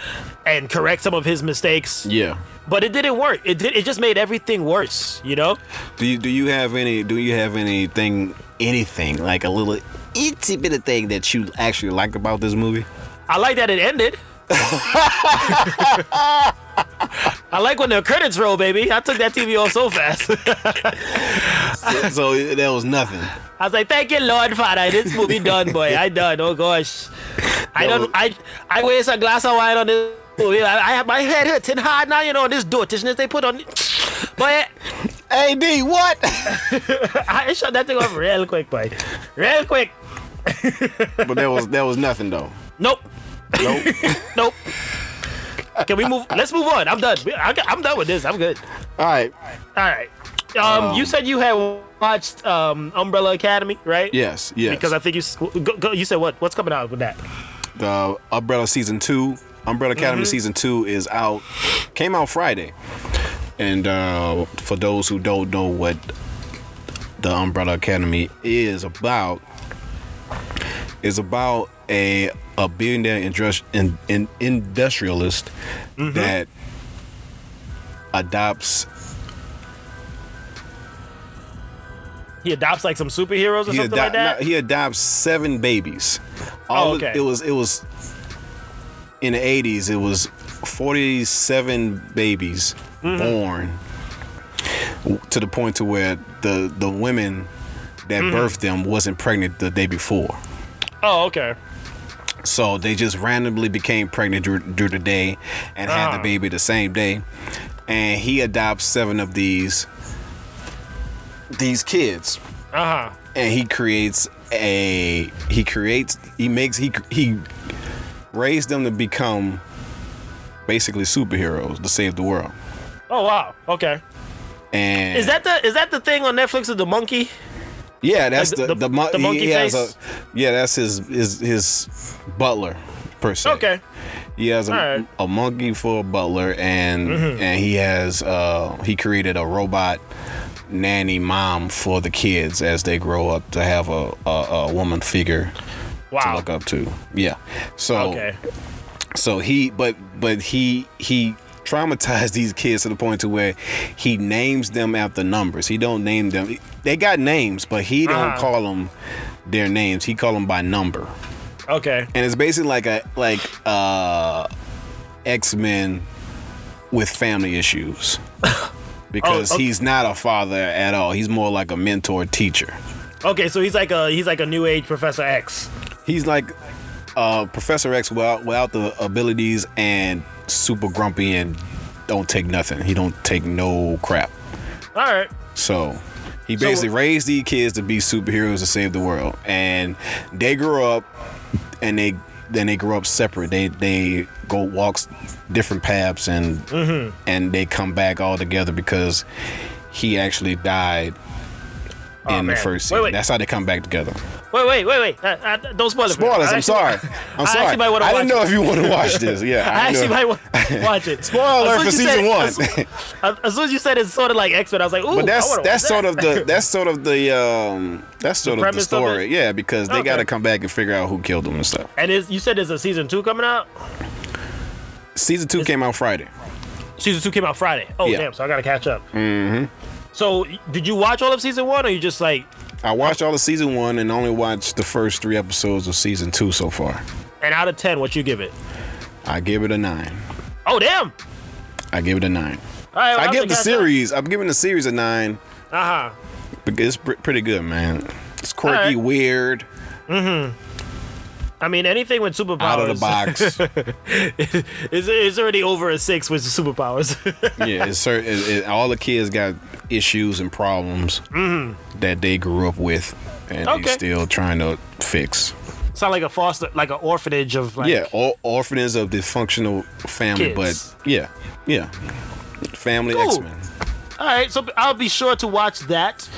and correct some of his mistakes. Yeah. But it didn't work. It did. It just made everything worse. You know? Do you, do you have any do you have anything anything like a little itty bit of thing that you actually like about this movie? I like that it ended. I like when the credits roll, baby. I took that TV off so fast. So, so that was nothing. I was like, thank you, Lord Father. This movie done, boy. I done. Oh gosh. That I don't. was- I I waste a glass of wine on this movie. I, I have my head hurting hard now. You know this dotishness they put on. Boy, Ad, what? I shut that thing off real quick, boy. Real quick. but that was that was nothing though. Nope. Nope. Nope. Can we move? Let's move on. I'm done. We- I, am done with this. I'm good. All right. All right. Um, you said you had watched um Umbrella Academy, right? Yes. Yes. Because I think you s- go, go, you said what? What's coming out with that? the Umbrella season two, Umbrella Academy Mm-hmm. season two is out. Came out Friday. And uh, for those who don't know what the Umbrella Academy is about, is about a a billionaire industri- in, in, industrialist Mm-hmm. that adopts He adopts like some superheroes or he, something like adopt- that. Oh, no, he adopts seven babies. All of- okay. it was it was in the eighties. It was forty seven babies Mm-hmm. born w- to the point to where the the women that Mm-hmm. birthed them wasn't pregnant the day before. Oh, okay. So they just randomly became pregnant dur- during the day and had Ah. the baby the same day. And he adopts seven of these these kids. Uh huh. and he creates a he creates he makes he he raised them to become basically superheroes to save the world Oh wow. Okay. and Is that the is that the thing on Netflix with the monkey? yeah that's like the the- the, mon- the he- monkey he has face? a- yeah that's his his his butler per se Okay. he has a, Alright. a monkey for a butler and Mm-hmm. and he has uh he created a robot nanny mom for the kids as they grow up to have a a, a woman figure to Wow. look up to. Yeah. So Okay. so he but but he he traumatized these kids to the point to where he names them after numbers. He don't name them. They got names, but he don't Uh-huh. call them their names. He call them by number. Okay. And it's basically like a like uh X-Men with family issues. Because okay. he's not a father at all. He's more like a mentor teacher. Okay. So he's like a he's like a new age Professor X. He's like uh, Professor X without, without the abilities and super grumpy and don't take nothing. He don't take no crap. All right. So he basically raised these kids to be superheroes to save the world, and they grew up, and they then they grew up separate. They they go walks different paths, and Mm-hmm. and they come back all together because he actually died. Aw, In the Oh, man. first Wait, season, wait. that's how they come back together. Wait. Wait. Wait. Wait. Uh, uh, don't spoil it. for me. Spoilers. I I'm actually- sorry. I'm I sorry. actually might wanna I didn't watch know if you want to watch this. Yeah. I actually know. might wa- watch it. Spoiler As soon for as you season one. said- As, as soon as you said it's sort of like X Men, I was like, ooh. But I that's wanna that's watch that. sort of the that's sort of the um that's sort of the premise of story. it? yeah, because they Okay. got to come back and figure out who killed them and stuff. And is, you said there's a season two coming out. Season two came out Friday. Season two came out Friday. Oh Yeah. damn! So I gotta catch up. Mm-hmm. So did you watch all of season one, or you just like I watched all of season one and only watched the first three episodes of season two so far. And out of ten, what you give it? I give it a nine. Oh damn! I give it a nine. All right, I give the series. I'm giving the series a nine. Uh huh. Because it's pr- pretty good, man. It's quirky, All right. weird, I mean, anything with superpowers out of the box. is is already over a six with superpowers. yeah, it's certain. It, it, all the kids got issues and problems that they grew up with, and Mm-hmm. Okay. they're still trying to fix. Sound like a foster, like an orphanage of like. yeah, or, orphanages of dysfunctional family, Kids. but yeah, yeah, family Cool. X Men. All right, so I'll be sure to watch that.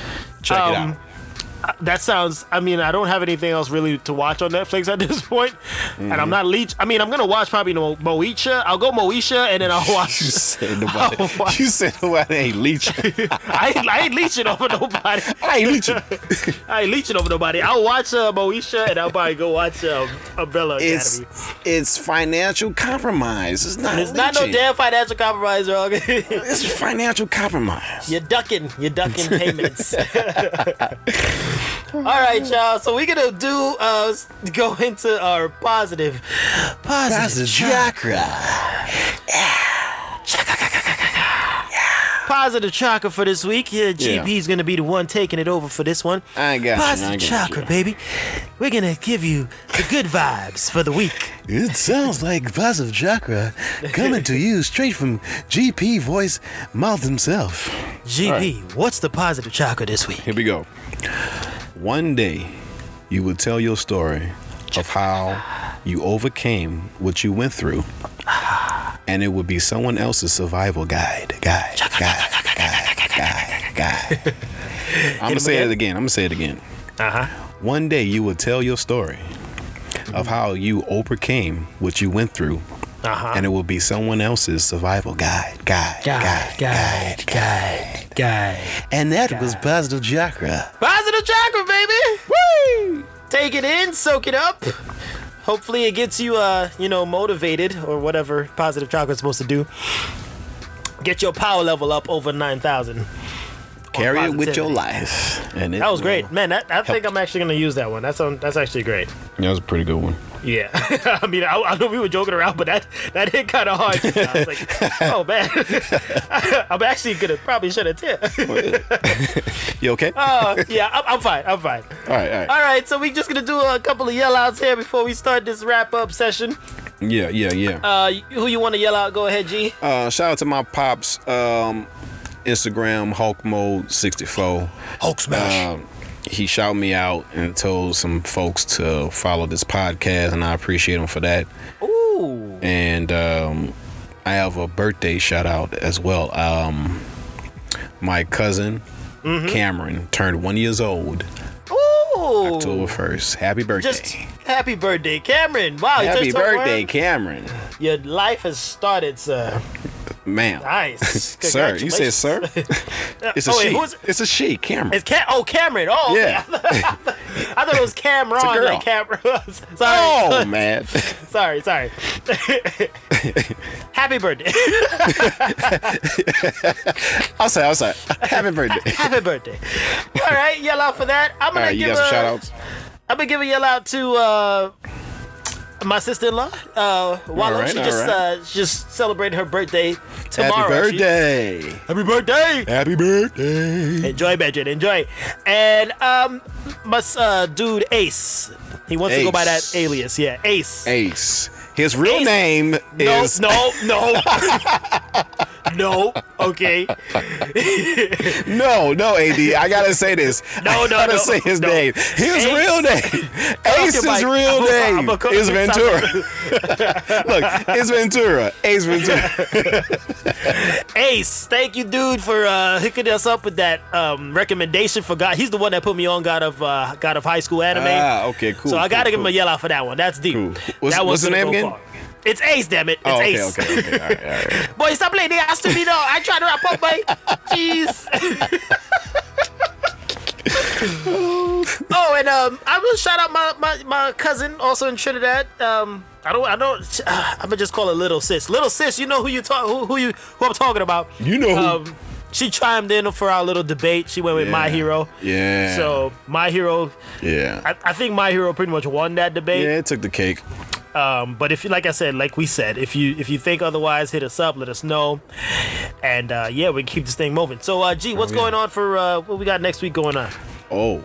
Check it Um, out. That sounds. I mean, I don't have anything else really to watch on Netflix at this point, and Mm-hmm. I'm not leech. I mean, I'm gonna watch probably Mo- Moesha. I'll go Moesha, and then I'll watch. You said I'll nobody. watch- You said nobody ain't leeching. I ain't, I ain't leeching over nobody. I ain't leeching. I ain't leeching over nobody. I'll watch uh, Moesha, and I'll probably go watch um, Umbrella It's Academy. it's financial compromise. It's not. It's not no leeching. damn financial compromise, dog. It's financial compromise. You're ducking. You're ducking payments. All right, y'all. So we're gonna do uh s- go into our positive, positive, Chakra. positive chakra for this week. Yeah, GP's gonna be the one taking it over for this one. I got you, I got positive chakra, you. baby. We're gonna give you the good vibes for the week. It sounds like positive chakra coming to you straight from GP voice mouth himself. GP, what's the positive chakra this week? Here we go. One day, you will tell your story of how you overcame what you went through, and it will be someone else's survival guide. Guide. Guide. Guide. Guide. Guide. I'm gonna say it again. I'm gonna say it again. Uh huh. One day, you will tell your story of how you overcame what you went through, Uh huh. and it will be someone else's survival guide. Guide. Guide. Guide. guide, guide. And that was positive chakra. Positive chakra, baby. Woo! Take it in, soak it up. Hopefully, it gets you, uh, you know, motivated or whatever positive chakra is supposed to do. Get your power level up over nine thousand. Carry it With your Positivity. life. And it That was great, man. That, I think I'm actually gonna use that one. That's um, that's actually great. That was a pretty good one. Yeah, I mean, I, I know we were joking around, but that that hit kind of hard. I was like, oh man, I'm actually gonna probably shed a tear. You okay? Uh, yeah, I'm, I'm fine. I'm fine. all right. All right. All right, so we just gonna do a couple of yell outs here before we start this wrap up session. Yeah, yeah, yeah. Uh, who you want to yell out? Go ahead, G. Uh, shout out to my pops, um, Instagram Hulk Mode sixty four. Hulk smash. Um, he shouted me out and told some folks to follow this podcast, and I appreciate him for that. Ooh, And um, I have a birthday shout out as well. Um, my cousin Mm-hmm. Cameron turned one years old ooh. October first. Happy birthday! Just happy birthday, Cameron. Wow, you Happy just turned birthday, one. Cameron! Your life has started, sir. Ma'am. Nice, Sir, you said sir? It's a Ah, Oh, wait, she. who's- It's a she, Cameron. It's Cam. Oh, Cameron. Oh, okay. yeah. I thought it was Cameron. It's a girl. Like Cameron. sorry, Oh man. sorry, sorry. happy birthday. I'll say, I'll say. Happy birthday. happy birthday. All right, yell out for that. I'm All gonna right, you give got some a- shout outs? I'm gonna give a yell out to uh, my sister-in-law, uh, Wallow. right, she all just right. uh, she just celebrated her birthday tomorrow. Happy actually. birthday. Happy birthday! Happy birthday. Enjoy, Benjamin. Enjoy. And um, my s- uh, dude Ace. He wants to go by that Ace. alias. Yeah, Ace. Ace. His real Ace. name No, is no, no. no. Okay. no, no, Ad. I gotta say this. No, I no, gotta no, say his no. name. His Ace. real name. your Ace's mic. real I'm a- I'm name a cook- is I'm a- Ventura. Look, it's Ventura. Ace Ventura. Ace, thank you, dude, for uh, hooking us up with that um, recommendation for God. He's the one that put me on God of uh, God of High School Anime. Ah, okay, cool, So I cool, gotta give him a cool. yell out for that one. That's deep. Cool. What's- that what's one's the gonna name go again? far. It's Ace, damn it! It's Oh, okay, Ace. okay, okay. All right, all right. Boy, stop playing the ass to me though. I tried to wrap up, boy. Jeez. oh, and um, I will shout out my, my, my cousin also in Trinidad. Um, I don't I don't I'm gonna just call her little sis. Little sis, you know who you talk who, who you who I'm talking about. You know who. Um, she chimed in for our little debate. She went with my Yeah. hero. Yeah. So my hero, yeah. I, I think my hero pretty much won that debate. yeah, it took the cake. Um, but if you, like I said, like we said, if you if you think otherwise, hit us up, let us know, and uh, yeah, we can keep this thing moving. So, uh, G, what's yeah. going on for uh, what we got next week going on? Oh,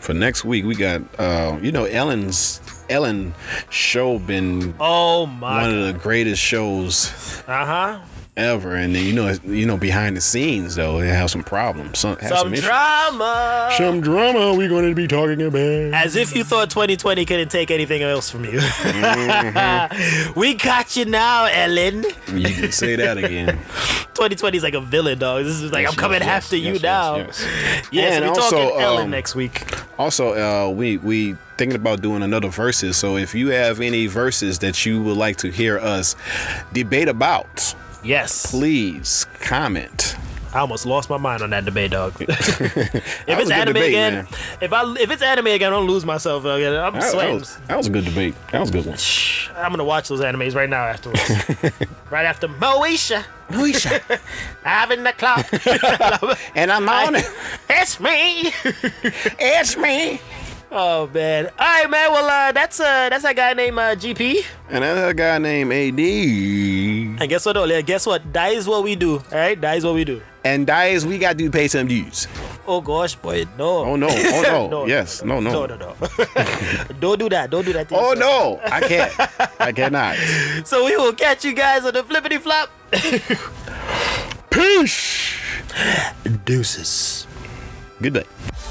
for next week we got uh, you know Ellen's Ellen show been Oh my, one of the greatest shows uh huh. ever, and then you know it's- you know behind the scenes though it have some problems, some have Some some, issues. drama. some drama we're going to be talking about. As if you thought 2020 couldn't take anything else from you. Mm-hmm. we got you now, Ellen. You can say that again. 2020 is like a villain, dog. This is like I'm Yes, coming yes, after yes, you yes, now. yes, Yes, yes. we're And also, talking Ellen um, next week. Also, uh, we we thinking about doing another verses. So if you have any verses that you would like to hear us debate about, Yes. please comment. I almost lost my mind on that debate, dog. if That was it's a good anime debate, again, man. if I if it's anime again, I don't lose myself. dog. I'm That, that sweating. was, that was a good debate. That was a good one. I'm gonna watch those animes right now afterwards. right after Moesha, Moesha. having the clock. And I'm on it. it's me. It's me. Oh man! All right, man. Well, uh, that's uh, that's a guy named uh, GP. And another guy named AD. And guess what, Ole? Guess what? That is what we do. All right, that is what we do. And guys, we got to pay some dues. Oh gosh, boy, no. Oh no! Oh no! yes! No! No! No, no, no. don't do that. Don't do that. to Oh yourself. no! I can't. I cannot. So we will catch you guys on the flippity flop. Peace. Deuces. Good day.